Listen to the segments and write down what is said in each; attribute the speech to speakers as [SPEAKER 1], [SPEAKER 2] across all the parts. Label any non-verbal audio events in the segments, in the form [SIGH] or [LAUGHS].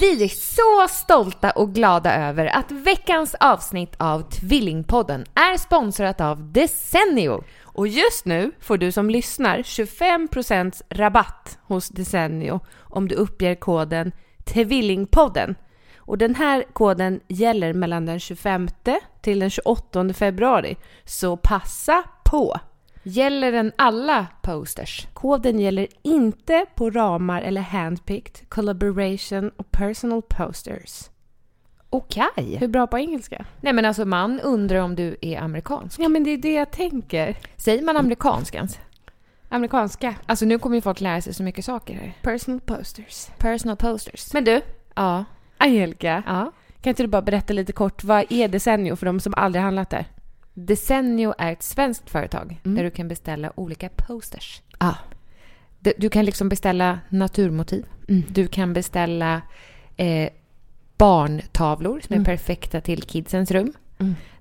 [SPEAKER 1] Vi är så stolta och glada över att veckans avsnitt av Tvillingpodden är sponsrat av Desenio.
[SPEAKER 2] Och just nu får du som lyssnar 25% rabatt hos Desenio om du uppger koden Tvillingpodden. Och den här koden gäller mellan den 25 till den 28 februari. Så passa på!
[SPEAKER 1] Gäller den alla posters?
[SPEAKER 2] Koden gäller inte på ramar eller handpicked, collaboration och personal posters.
[SPEAKER 1] Okej.
[SPEAKER 2] Hur bra på engelska?
[SPEAKER 1] Nej men alltså man undrar om du är amerikansk.
[SPEAKER 2] Ja men det är det jag tänker.
[SPEAKER 1] Säger man amerikansk ens?
[SPEAKER 2] Amerikanska.
[SPEAKER 1] Alltså nu kommer ju folk lära sig så mycket saker här.
[SPEAKER 2] Personal posters.
[SPEAKER 1] Personal posters.
[SPEAKER 2] Men du,
[SPEAKER 1] ja.
[SPEAKER 2] Angelica.
[SPEAKER 1] ja.
[SPEAKER 2] Kan inte du bara berätta lite kort, vad är Desenio för de som aldrig handlat där?
[SPEAKER 1] Desenio är ett svenskt företag
[SPEAKER 2] Mm.
[SPEAKER 1] där du kan beställa olika posters.
[SPEAKER 2] Ja.
[SPEAKER 1] Du, du kan liksom beställa naturmotiv.
[SPEAKER 2] Mm.
[SPEAKER 1] Du kan beställa eh, barntavlor som
[SPEAKER 2] Mm.
[SPEAKER 1] är perfekta till kidsens rum.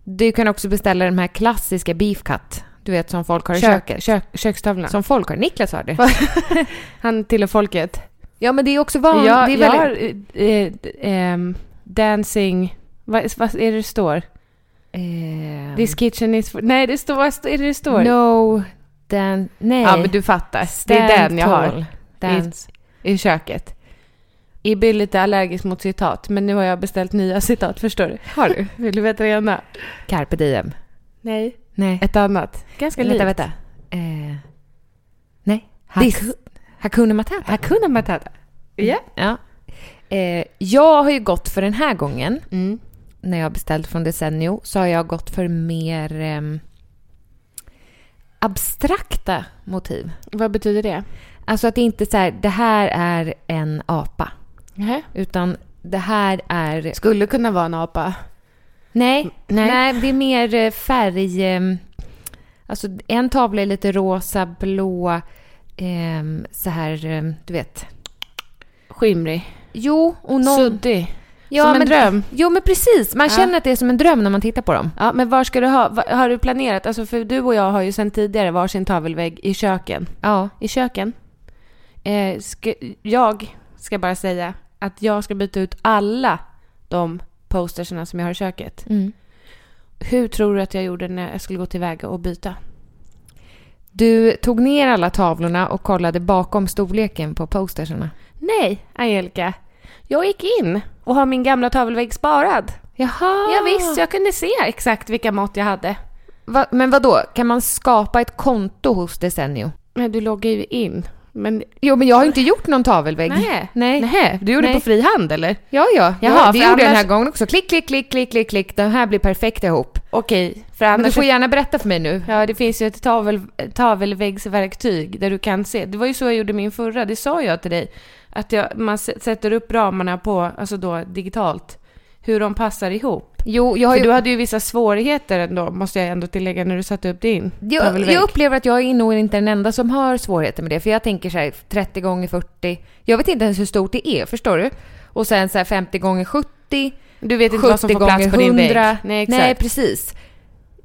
[SPEAKER 1] Du kan också beställa de här klassiska beef cut. Du vet som folk har i köket.
[SPEAKER 2] kök, kökstavlan.
[SPEAKER 1] Som folk har. Niklas har det.
[SPEAKER 2] Han tillhör folket.
[SPEAKER 1] Ja men det är också vanligt.
[SPEAKER 2] jag
[SPEAKER 1] det är
[SPEAKER 2] jag
[SPEAKER 1] väldigt-
[SPEAKER 2] har eh, eh, ehm, dancing... Vad, vad är det det står?
[SPEAKER 1] Ehm,
[SPEAKER 2] This kitchen is... For, nej, det står, vad är det det står?
[SPEAKER 1] No, den... Nej.
[SPEAKER 2] Ja, men du fattar. det är den jag har
[SPEAKER 1] tall. Dance.
[SPEAKER 2] i köket. Ibby är lite allergisk mot citat, men nu har jag beställt nya citat, förstår du?
[SPEAKER 1] Har [LAUGHS] du?
[SPEAKER 2] Vill du veta det ena?
[SPEAKER 1] Carpe diem.
[SPEAKER 2] Nej.
[SPEAKER 1] Nej.
[SPEAKER 2] Ett annat. Ganska likt.
[SPEAKER 1] vänta, vänta. Eh, nej. This. Hakuna Matata. Mm,
[SPEAKER 2] Hakuna Matata. Ja.
[SPEAKER 1] Ja. Eh, jag har ju gått för den här gången,
[SPEAKER 2] Mm.
[SPEAKER 1] när jag beställt från Desenio, så har jag gått för mer ehm, abstrakta motiv.
[SPEAKER 2] Vad betyder det?
[SPEAKER 1] Alltså att det inte är så här, det här är en apa.
[SPEAKER 2] Nähä.
[SPEAKER 1] Utan det här är...
[SPEAKER 2] Skulle kunna vara en apa.
[SPEAKER 1] Nej,
[SPEAKER 2] Nej.
[SPEAKER 1] nej. det är mer eh, färg... ehm, Alltså en tavla är lite rosa, blå, ehm, så här, ehm, du vet.
[SPEAKER 2] Skimrig.
[SPEAKER 1] Jo, och någon...
[SPEAKER 2] Suddig.
[SPEAKER 1] ja,
[SPEAKER 2] som en
[SPEAKER 1] men,
[SPEAKER 2] dröm.
[SPEAKER 1] Jo, men precis. Man känner att det är som en dröm när man tittar på dem.
[SPEAKER 2] Ja, men var ska du ha? va- Har du planerat? Alltså, för du och jag har ju sedan tidigare varsin tavelvägg i köken.
[SPEAKER 1] Ja.
[SPEAKER 2] I köken. Eh, ska, jag ska bara säga att jag ska byta ut alla de posterserna som jag har i köket.
[SPEAKER 1] Mm.
[SPEAKER 2] Hur tror du att jag gjorde när jag skulle gå tillväga och byta?
[SPEAKER 1] Du tog ner alla tavlorna och kollade bakom storleken på posterserna.
[SPEAKER 2] Nej, Angelica. Jag gick in och har min gamla tavelvägg sparad.
[SPEAKER 1] Jaha!
[SPEAKER 2] Ja, visst, jag kunde se exakt vilka mått jag hade.
[SPEAKER 1] Va, men vad då? Kan man skapa ett konto hos Desenio?
[SPEAKER 2] Men du loggar ju in. Men
[SPEAKER 1] Jo, men jag har inte gjort någon tavelvägg.
[SPEAKER 2] [LAUGHS] Nej.
[SPEAKER 1] Nej.
[SPEAKER 2] Nähä, du gjorde
[SPEAKER 1] Nej.
[SPEAKER 2] på fri hand eller?
[SPEAKER 1] Ja, ja.
[SPEAKER 2] Jaha,
[SPEAKER 1] det
[SPEAKER 2] för
[SPEAKER 1] gjorde jag den här
[SPEAKER 2] annars-
[SPEAKER 1] gången också. Klick, klick, klick, klick, klick, klick. De här blir perfekta ihop.
[SPEAKER 2] Okej, för
[SPEAKER 1] Men du
[SPEAKER 2] annars...
[SPEAKER 1] får gärna berätta för mig nu.
[SPEAKER 2] Ja, det finns ju ett tavel, tavelväggsverktyg där du kan se. Det var ju så jag gjorde min förra, det sa jag till dig. Att jag, man s- sätter upp ramarna på, alltså då digitalt, hur de passar ihop.
[SPEAKER 1] Jo, jag, har
[SPEAKER 2] För
[SPEAKER 1] ju,
[SPEAKER 2] du hade ju vissa svårigheter ändå, måste jag ändå tillägga, när du satte upp din
[SPEAKER 1] jag,
[SPEAKER 2] tavelvägg.
[SPEAKER 1] jag upplever att jag är nog inte den enda som har svårigheter med det. För jag tänker så här 30 gånger 40. Jag vet inte ens hur stort det är, förstår du? Och sen så här 50 gånger 70.
[SPEAKER 2] Du vet inte
[SPEAKER 1] 70
[SPEAKER 2] vad som får
[SPEAKER 1] gånger
[SPEAKER 2] plats på
[SPEAKER 1] 100.
[SPEAKER 2] din vägg. Nej, exakt.
[SPEAKER 1] Nej, precis.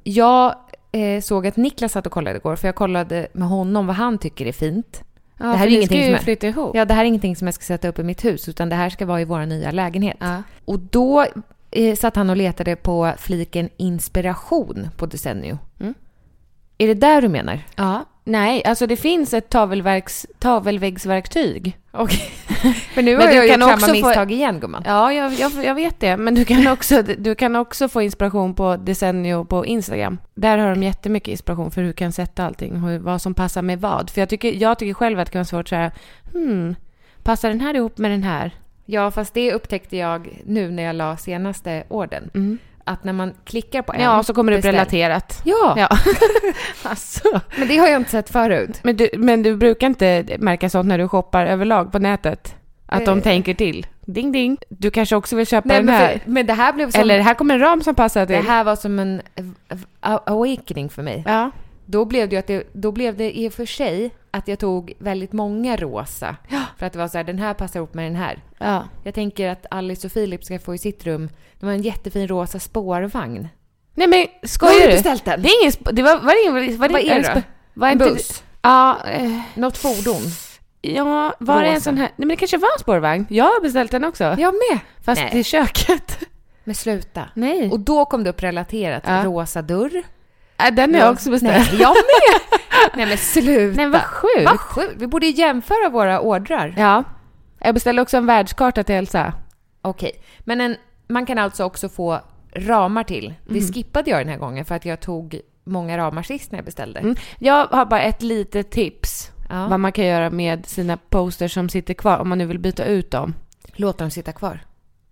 [SPEAKER 1] Jag eh, såg att Niklas satt och kollade igår, för jag kollade med honom vad han tycker är fint.
[SPEAKER 2] ja,
[SPEAKER 1] det här
[SPEAKER 2] för
[SPEAKER 1] är
[SPEAKER 2] ni
[SPEAKER 1] ingenting
[SPEAKER 2] ska
[SPEAKER 1] som
[SPEAKER 2] ju
[SPEAKER 1] är-
[SPEAKER 2] flytta ihop.
[SPEAKER 1] Ja, det här är ingenting som jag ska sätta upp i mitt hus, utan det här ska vara i vår nya lägenhet.
[SPEAKER 2] Ja.
[SPEAKER 1] Och då eh, satt han och letade på Mm. fliken inspiration på Desenio. Är det där du menar?
[SPEAKER 2] Ja, Nej, alltså det finns ett tavelverks, tavelväggsverktyg.
[SPEAKER 1] Okej. Men nu
[SPEAKER 2] Men
[SPEAKER 1] har
[SPEAKER 2] du
[SPEAKER 1] jag gjort
[SPEAKER 2] kan
[SPEAKER 1] samma
[SPEAKER 2] också få-
[SPEAKER 1] misstag igen gumman.
[SPEAKER 2] Ja, jag, jag, jag vet det. Men
[SPEAKER 1] [LAUGHS]
[SPEAKER 2] du kan, också, du kan också få inspiration på Decennio på Instagram. Där har de jättemycket inspiration för hur du kan sätta allting. Hur, vad som passar med vad. För jag tycker, jag tycker själv att det kan vara svårt så här. Hmm, passar den här ihop med den här?
[SPEAKER 1] Ja, fast det upptäckte jag nu när jag la senaste orden. Att när man klickar på en...
[SPEAKER 2] Ja, så kommer det upp
[SPEAKER 1] beställ-
[SPEAKER 2] relaterat.
[SPEAKER 1] Ja, [LAUGHS]
[SPEAKER 2] Ja. [LAUGHS] alltså.
[SPEAKER 1] men det har jag inte sett förut.
[SPEAKER 2] Men du, men du brukar inte märka sånt när du shoppar överlag på nätet? Att de
[SPEAKER 1] Eh.
[SPEAKER 2] tänker till. Ding, ding. Du kanske också vill köpa
[SPEAKER 1] Nej,
[SPEAKER 2] den
[SPEAKER 1] men,
[SPEAKER 2] här?
[SPEAKER 1] för, men det här blev som...
[SPEAKER 2] Eller här kommer en ram som passar till.
[SPEAKER 1] det här var som en eh, a- awakening för mig.
[SPEAKER 2] Ja.
[SPEAKER 1] Då blev det ju att det, då blev det i och för sig att jag tog väldigt många rosa. För att det var så här, den här passar ihop med den här.
[SPEAKER 2] ja.
[SPEAKER 1] Jag tänker att Alice och Filip ska få i sitt rum, de har en jättefin rosa spårvagn.
[SPEAKER 2] Nej men
[SPEAKER 1] Har
[SPEAKER 2] skojar
[SPEAKER 1] du
[SPEAKER 2] du?
[SPEAKER 1] beställt den?
[SPEAKER 2] Det är ingen sp- det var, var det ingen, var det
[SPEAKER 1] Vad är
[SPEAKER 2] en
[SPEAKER 1] det
[SPEAKER 2] sp-
[SPEAKER 1] då?
[SPEAKER 2] Var
[SPEAKER 1] En
[SPEAKER 2] inte-
[SPEAKER 1] buss?
[SPEAKER 2] Ja, eh,
[SPEAKER 1] Något fordon?
[SPEAKER 2] ja, var det en
[SPEAKER 1] Rosa.
[SPEAKER 2] sån här? Nej men det kanske var en spårvagn. Jag har beställt den också.
[SPEAKER 1] Jag med!
[SPEAKER 2] Fast
[SPEAKER 1] Nej.
[SPEAKER 2] till köket.
[SPEAKER 1] Men sluta.
[SPEAKER 2] Nej.
[SPEAKER 1] Och då kom det upp relaterat,
[SPEAKER 2] Ja.
[SPEAKER 1] rosa dörr.
[SPEAKER 2] Äh, den har jag också beställt.
[SPEAKER 1] Nej, jag med! [LAUGHS] Nej men sluta.
[SPEAKER 2] Nej vad sjukt.
[SPEAKER 1] Vad sjukt. Vi borde ju jämföra våra ordrar.
[SPEAKER 2] [LAUGHS] Ja. Jag beställde också en världskarta till Elsa.
[SPEAKER 1] Okej, men en, man kan alltså också få ramar till. Det skippade jag den här gången för att jag tog många ramar sist när jag beställde.
[SPEAKER 2] Mm. Jag har bara ett litet tips.
[SPEAKER 1] Ja.
[SPEAKER 2] Vad man kan göra med sina posters som sitter kvar om man nu vill byta ut dem.
[SPEAKER 1] Låt dem sitta kvar.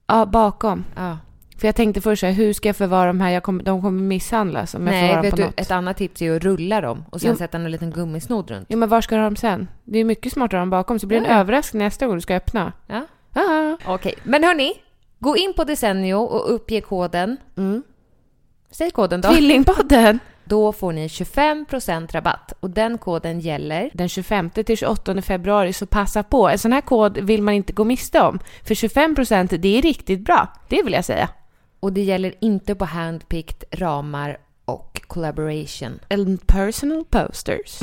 [SPEAKER 2] Ja, bakom.
[SPEAKER 1] Ja.
[SPEAKER 2] För jag tänkte först så här, hur ska jag förvara de här? Jag kommer, de kommer misshandlas om jag
[SPEAKER 1] Nej,
[SPEAKER 2] förvarar dem
[SPEAKER 1] vet
[SPEAKER 2] på
[SPEAKER 1] du,
[SPEAKER 2] något.
[SPEAKER 1] ett annat tips är ju att rulla dem och sen
[SPEAKER 2] Jo.
[SPEAKER 1] sätta en liten gummisnodd runt.
[SPEAKER 2] Jo, men var ska du ha dem sen? Det är ju mycket smartare att ha dem bakom, så blir det en
[SPEAKER 1] Ja.
[SPEAKER 2] överraskning nästa gång du ska öppna.
[SPEAKER 1] Ja.
[SPEAKER 2] Ah.
[SPEAKER 1] Okej, men hörni, gå in på Decennio och uppge koden. Säg koden då.
[SPEAKER 2] Tvillingpodden!
[SPEAKER 1] Då får ni 25% rabatt och den koden gäller.
[SPEAKER 2] Den 25 till 28 februari, så passa på. En sån här kod vill man inte gå miste om. För 25% det är riktigt bra, det vill jag säga.
[SPEAKER 1] Och det gäller inte på handpicked ramar och collaboration.
[SPEAKER 2] And personal posters.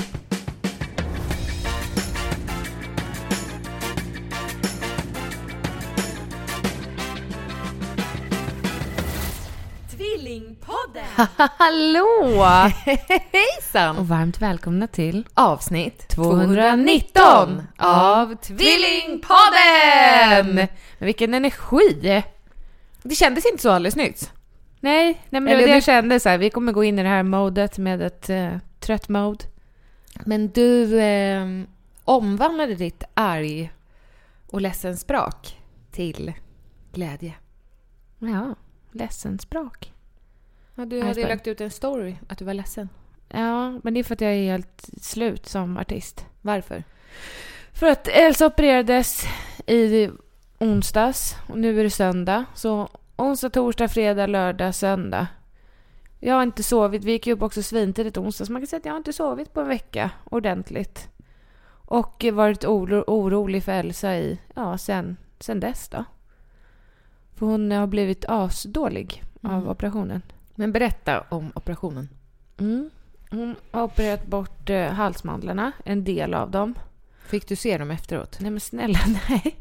[SPEAKER 1] Hallå! [LAUGHS] Hejsan!
[SPEAKER 2] Och varmt välkomna till
[SPEAKER 1] Avsnitt
[SPEAKER 2] 219
[SPEAKER 1] av
[SPEAKER 2] Tvillingpodden! Men vilken energi!
[SPEAKER 1] Det kändes inte så alldeles nyss.
[SPEAKER 2] Nej, nej men det
[SPEAKER 1] Eller
[SPEAKER 2] var det
[SPEAKER 1] du-
[SPEAKER 2] jag kände så här, vi kommer gå in i det här modet med ett eh, trött mode.
[SPEAKER 1] Men du eh, omvandlade ditt arg och ledsen språk till glädje.
[SPEAKER 2] Ja, ledsenspråk.
[SPEAKER 1] Ja, du
[SPEAKER 2] hade ju lagt
[SPEAKER 1] ut en story att du var ledsen.
[SPEAKER 2] Ja, men det är för att jag är helt slut som artist.
[SPEAKER 1] Varför?
[SPEAKER 2] För att Elsa opererades i onsdags och nu är det söndag. Så onsdag, torsdag, fredag, lördag, söndag. Jag har inte sovit. Vi gick ju upp också svintidigt onsdags. Man kan säga att jag har inte sovit på en vecka ordentligt. Och varit oro, orolig för Elsa i, ja, sen, sen dess då. För hon har blivit asdålig av operationen.
[SPEAKER 1] Mm. Men berätta om operationen.
[SPEAKER 2] Mm. Hon har opererat bort eh, halsmandlarna, en del av dem.
[SPEAKER 1] Fick du se dem efteråt?
[SPEAKER 2] Nej men snälla, [LAUGHS] nej.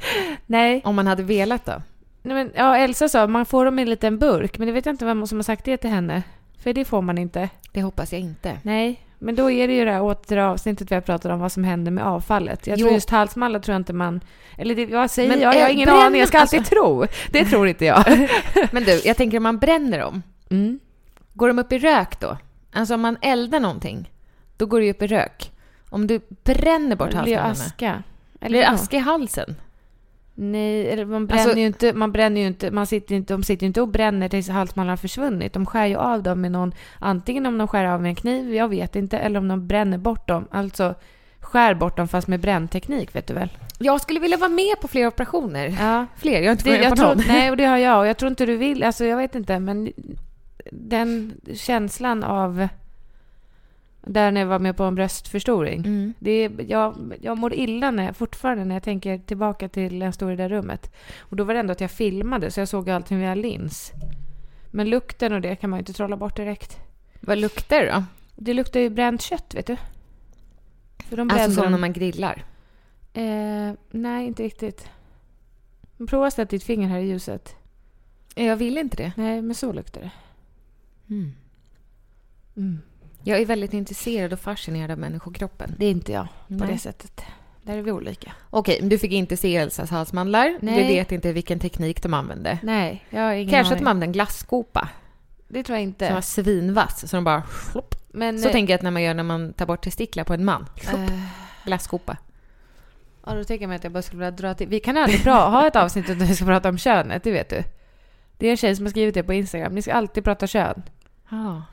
[SPEAKER 2] Nej.
[SPEAKER 1] Om man hade velat då?
[SPEAKER 2] nej men, ja, Elsa sa man får dem i en liten burk, men det vet jag inte vem som har sagt det till henne. För det får man inte.
[SPEAKER 1] Det hoppas jag inte.
[SPEAKER 2] Nej, men då är det ju det här återa avsnittet vi har pratat om vad som händer med avfallet. Jag tror
[SPEAKER 1] Jo.
[SPEAKER 2] just halsmandlar tror jag inte man... Eller det, jag säger
[SPEAKER 1] Men,
[SPEAKER 2] jag, jag har
[SPEAKER 1] eh,
[SPEAKER 2] ingen
[SPEAKER 1] bränna,
[SPEAKER 2] aning, jag ska alltid tro.
[SPEAKER 1] Det tror inte jag. [LAUGHS] Men du, jag tänker om man bränner dem,
[SPEAKER 2] Mm.
[SPEAKER 1] går de upp i rök då? Alltså om man eldar någonting, då går det ju upp i rök. Om du bränner bort
[SPEAKER 2] Eller
[SPEAKER 1] halsbandarna,
[SPEAKER 2] aska.
[SPEAKER 1] blir det
[SPEAKER 2] ja.
[SPEAKER 1] aska i halsen?
[SPEAKER 2] Nej, eller man bränner
[SPEAKER 1] Alltså-
[SPEAKER 2] ju inte, man bränner ju inte, man sitter ju inte, de sitter ju inte och bränner tills halsmandlarna har försvunnit. De skär ju av dem med någon, antingen om de skär av med en kniv, jag vet inte, eller om de bränner bort dem. Alltså skär bort dem fast med brännteknik, vet du väl?
[SPEAKER 1] Jag skulle vilja vara med på fler operationer. [LAUGHS]
[SPEAKER 2] Ja.
[SPEAKER 1] Fler, jag har inte
[SPEAKER 2] Det,
[SPEAKER 1] varit
[SPEAKER 2] jag
[SPEAKER 1] på någon.
[SPEAKER 2] tror, nej, och det har jag. Och jag tror inte du vill, alltså jag vet inte, men den känslan av, där när jag var med på en bröstförstoring.
[SPEAKER 1] Mm.
[SPEAKER 2] Det är, jag, jag mår illa när, fortfarande när jag tänker tillbaka till en stor i det där rummet. Och då var det ändå att jag filmade så jag såg allting via lins. Men lukten och det kan man ju inte trolla bort direkt.
[SPEAKER 1] Vad luktar det då?
[SPEAKER 2] Det luktar ju bränt kött, vet du. För de brände
[SPEAKER 1] Alltså som
[SPEAKER 2] dem.
[SPEAKER 1] när man grillar.
[SPEAKER 2] Eh, nej, inte riktigt. Men Prova att sätta ditt finger här i ljuset.
[SPEAKER 1] Jag vill inte det.
[SPEAKER 2] Nej, men så luktar det.
[SPEAKER 1] Mm.
[SPEAKER 2] Mm.
[SPEAKER 1] Jag är väldigt intresserad och fascinerad av människokroppen.
[SPEAKER 2] Det är inte jag på
[SPEAKER 1] Nej.
[SPEAKER 2] det sättet. Där är vi olika.
[SPEAKER 1] Okej, men du fick inte se Elsas halsmandlar. Du
[SPEAKER 2] Nej.
[SPEAKER 1] vet inte vilken teknik de använde.
[SPEAKER 2] Nej, jag har ingen
[SPEAKER 1] Kanske att
[SPEAKER 2] aning.
[SPEAKER 1] de använde en glasskopa
[SPEAKER 2] Det tror jag
[SPEAKER 1] som var
[SPEAKER 2] inte.
[SPEAKER 1] svinvass. Så de bara... flopp.
[SPEAKER 2] Men,
[SPEAKER 1] Så
[SPEAKER 2] eh,
[SPEAKER 1] tänker jag att när man gör när man tar bort testiklar på en man. Flopp,
[SPEAKER 2] eh,
[SPEAKER 1] Glasskopa.
[SPEAKER 2] Ja, då tänker jag mig att jag bara skulle vilja dra till... Vi kan aldrig pra- ha ett avsnitt där vi ska prata om könet, det vet du. Det är en tjej som har skrivit det på Instagram. Ni ska alltid prata kön.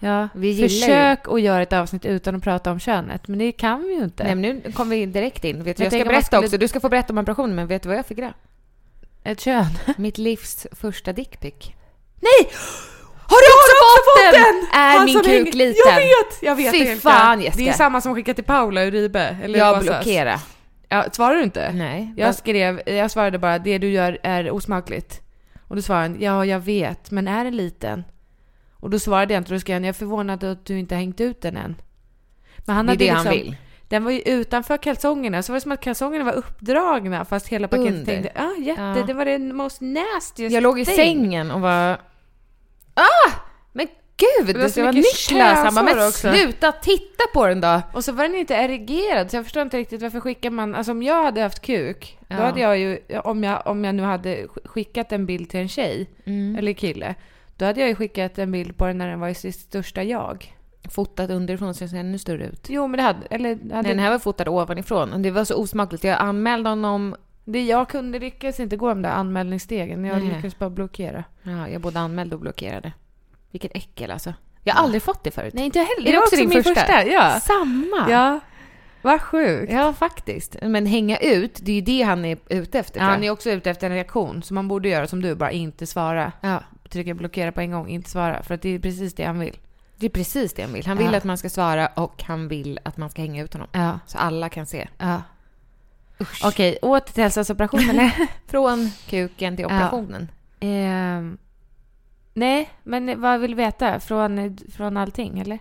[SPEAKER 2] Ja,
[SPEAKER 1] Vi
[SPEAKER 2] vi
[SPEAKER 1] gillar
[SPEAKER 2] Försök att göra ett avsnitt utan att prata om könet, men det kan vi ju inte.
[SPEAKER 1] Nej, men nu kom vi in direkt in. Vet du,
[SPEAKER 2] Jag
[SPEAKER 1] jag, ska
[SPEAKER 2] tänker man
[SPEAKER 1] berätta
[SPEAKER 2] skulle-
[SPEAKER 1] också. Du ska få berätta om operationen, men vet du vad jag fick det?
[SPEAKER 2] Ett kön.
[SPEAKER 1] Mitt livs första dickpic.
[SPEAKER 2] Nej! Har du också fått den?
[SPEAKER 1] Är
[SPEAKER 2] Han
[SPEAKER 1] min
[SPEAKER 2] som
[SPEAKER 1] kuk
[SPEAKER 2] hänger-
[SPEAKER 1] liten?
[SPEAKER 2] Jag vet! Jag vet
[SPEAKER 1] Fy
[SPEAKER 2] Erika.
[SPEAKER 1] fan, Jessica.
[SPEAKER 2] Det är samma som skickade till Paula Uribe. Eller
[SPEAKER 1] Jag
[SPEAKER 2] vad sades?
[SPEAKER 1] blockerar.
[SPEAKER 2] Ja, svarar du inte?
[SPEAKER 1] Nej.
[SPEAKER 2] Jag skrev, jag svarade bara det du gör är osmakligt. Och då svarade han, ja jag vet, men är den liten? Och då svarade jag inte, då skrev han, jag är förvånad att du inte har hängt ut den än. Men han
[SPEAKER 1] det är
[SPEAKER 2] hade
[SPEAKER 1] det
[SPEAKER 2] ju
[SPEAKER 1] han
[SPEAKER 2] liksom,
[SPEAKER 1] vill.
[SPEAKER 2] Den var ju utanför kalsongerna, så var det som att kalsongerna var uppdragna fast hela paketet
[SPEAKER 1] Under.
[SPEAKER 2] tänkte, ah, jätte,
[SPEAKER 1] Ja.
[SPEAKER 2] det var det most nastiest
[SPEAKER 1] Jag låg i
[SPEAKER 2] thing."
[SPEAKER 1] sängen och var... Ah! Men gud!
[SPEAKER 2] var
[SPEAKER 1] Det
[SPEAKER 2] så
[SPEAKER 1] ska vara
[SPEAKER 2] mycket
[SPEAKER 1] nycklar. Han bara, men
[SPEAKER 2] känslor också."
[SPEAKER 1] sluta titta på den då!
[SPEAKER 2] Och så var den inte erigerad, så jag förstår inte riktigt varför skickar man... Alltså om jag hade haft kuk,
[SPEAKER 1] Ja.
[SPEAKER 2] då hade jag ju... Om jag, om jag nu hade sk- skickat en bild till en tjej,
[SPEAKER 1] Mm.
[SPEAKER 2] eller kille, då hade jag ju skickat en bild på den när den var i sitt största jag.
[SPEAKER 1] Fotat underifrån så den ser ännu större ut.
[SPEAKER 2] Jo, men det hade... Eller hade,
[SPEAKER 1] Nej, den här var fotad ovanifrån och det var så osmakligt. Jag anmälde honom...
[SPEAKER 2] det jag kunde lyckas inte gå de där anmälningsstegen. Jag
[SPEAKER 1] Nej.
[SPEAKER 2] lyckades bara blockera.
[SPEAKER 1] Ja, jag både anmälde och blockerade. Vilket äckel alltså. Jag har aldrig fått det förut.
[SPEAKER 2] Nej, inte jag heller.
[SPEAKER 1] Är det också din första?
[SPEAKER 2] Ja.
[SPEAKER 1] Samma!
[SPEAKER 2] ja. Vad sjukt.
[SPEAKER 1] Ja, faktiskt. Men hänga ut, det är ju det han är ute efter.
[SPEAKER 2] Ja,
[SPEAKER 1] tror jag.
[SPEAKER 2] han är också ute efter en reaktion, så man borde göra som du, bara inte svara.
[SPEAKER 1] ja,
[SPEAKER 2] Trycka blockera på en gång, inte svara. För att det är precis det han vill.
[SPEAKER 1] det är precis det han vill. Han vill
[SPEAKER 2] Ja.
[SPEAKER 1] att man ska svara och han vill att man ska hänga ut honom.
[SPEAKER 2] Ja.
[SPEAKER 1] Så alla kan se.
[SPEAKER 2] Ja. Okej, åter till hälsooperationen. eller?
[SPEAKER 1] Från kuken till
[SPEAKER 2] Ja.
[SPEAKER 1] operationen.
[SPEAKER 2] Ehm, nej, men vad vill du veta? Från, från allting, eller?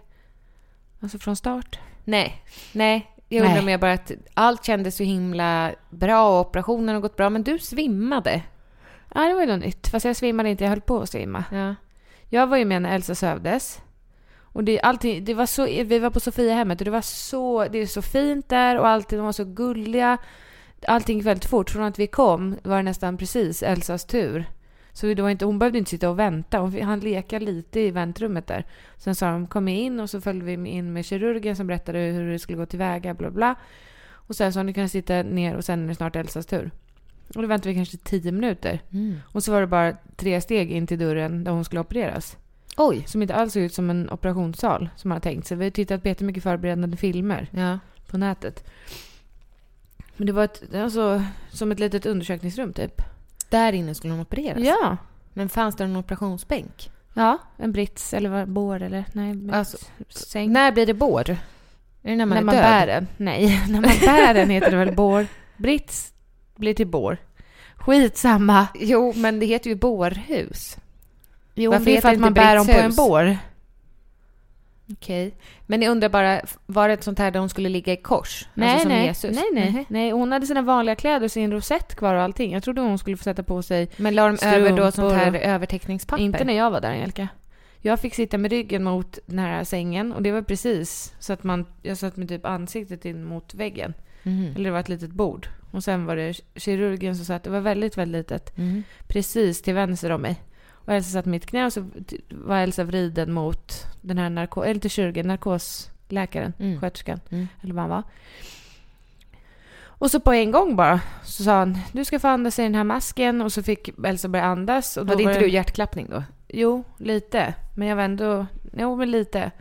[SPEAKER 2] Alltså från start?
[SPEAKER 1] Nej, nej. Jag undrar
[SPEAKER 2] Nej.
[SPEAKER 1] mer bara att allt kändes så himla bra och operationen har gått bra. Men du svimmade.
[SPEAKER 2] Ja, det var ju något nytt. Fast jag svimmade inte, jag höll på att svimma.
[SPEAKER 1] Ja.
[SPEAKER 2] Jag var ju med när Elsa sövdes. Och det, allting, det var så, vi var på Sofiahemmet och det var så, det är så fint där och allting, de var så gulliga. Allting gick väldigt fort. Från att vi kom var det nästan precis Elsas tur. Så det var inte, hon behövde inte sitta och vänta. Hon, han leka lite i väntrummet där. Sen sa de kom in och så följde vi in med kirurgen som berättade hur det skulle gå tillväga, bla bla. Och sen sa hon ni kan sitta ner och sen är det snart Elsas tur. Och då väntade vi kanske tio minuter.
[SPEAKER 1] Mm,
[SPEAKER 2] Och så var det bara tre steg in till dörren där hon skulle opereras.
[SPEAKER 1] Oj.
[SPEAKER 2] Som inte alls såg ut som en operationssal som man har tänkt sig. Vi har tittat på jättemycket förberedande filmer
[SPEAKER 1] Ja.
[SPEAKER 2] på nätet. Men det var ett, alltså, som ett litet undersökningsrum typ.
[SPEAKER 1] Där inne skulle hon opereras.
[SPEAKER 2] Ja.
[SPEAKER 1] Men fanns det någon operationsbänk?
[SPEAKER 2] Ja, en brits eller vad, bår eller nej. men-
[SPEAKER 1] Alltså,
[SPEAKER 2] säng.
[SPEAKER 1] När blir det bår? Är det när man
[SPEAKER 2] när
[SPEAKER 1] är
[SPEAKER 2] man
[SPEAKER 1] död?
[SPEAKER 2] bär den. Nej, [LAUGHS] när man bär den heter det väl bår. Brits blir till bår. Skitsamma.
[SPEAKER 1] Jo, men det heter ju bårhus.
[SPEAKER 2] Jo,
[SPEAKER 1] Varför
[SPEAKER 2] Varför det är
[SPEAKER 1] heter
[SPEAKER 2] för att
[SPEAKER 1] inte
[SPEAKER 2] man bär dem på en
[SPEAKER 1] britshus?
[SPEAKER 2] bår.
[SPEAKER 1] Okej. Men jag undrar bara, var det ett sånt här där hon skulle ligga i kors?
[SPEAKER 2] Nej,
[SPEAKER 1] alltså som
[SPEAKER 2] nej.
[SPEAKER 1] Jesus?
[SPEAKER 2] nej, nej,
[SPEAKER 1] Mhm.
[SPEAKER 2] nej. Hon hade sina vanliga kläder och sin rosett kvar och allting. Jag trodde hon skulle få sätta på sig
[SPEAKER 1] Men la de över då sånt här
[SPEAKER 2] Strumpor
[SPEAKER 1] övertäckningspapper?
[SPEAKER 2] Inte när jag var där, Angelica. Jag fick sitta med ryggen mot den här sängen och det var precis så att man, jag satt med typ ansiktet in mot väggen.
[SPEAKER 1] Mhm.
[SPEAKER 2] Eller det var ett litet bord. Och sen var det kirurgen som satt, det var väldigt, väldigt litet,
[SPEAKER 1] Mhm.
[SPEAKER 2] precis till vänster om mig. Och Elsa satt i mitt knä och så t- var Elsa vriden mot den här narko, eller till kirurgen, narkosläkaren,
[SPEAKER 1] Mm.
[SPEAKER 2] sköterskan,
[SPEAKER 1] Mm.
[SPEAKER 2] eller vad han var. Och så på en gång bara så sa han, du ska få andas i den här masken och så fick Elsa börja andas. Och då
[SPEAKER 1] Hade
[SPEAKER 2] var
[SPEAKER 1] inte
[SPEAKER 2] det-
[SPEAKER 1] du hjärtklappning då?
[SPEAKER 2] Jo, lite. Men jag var ändå... Jo, men lite.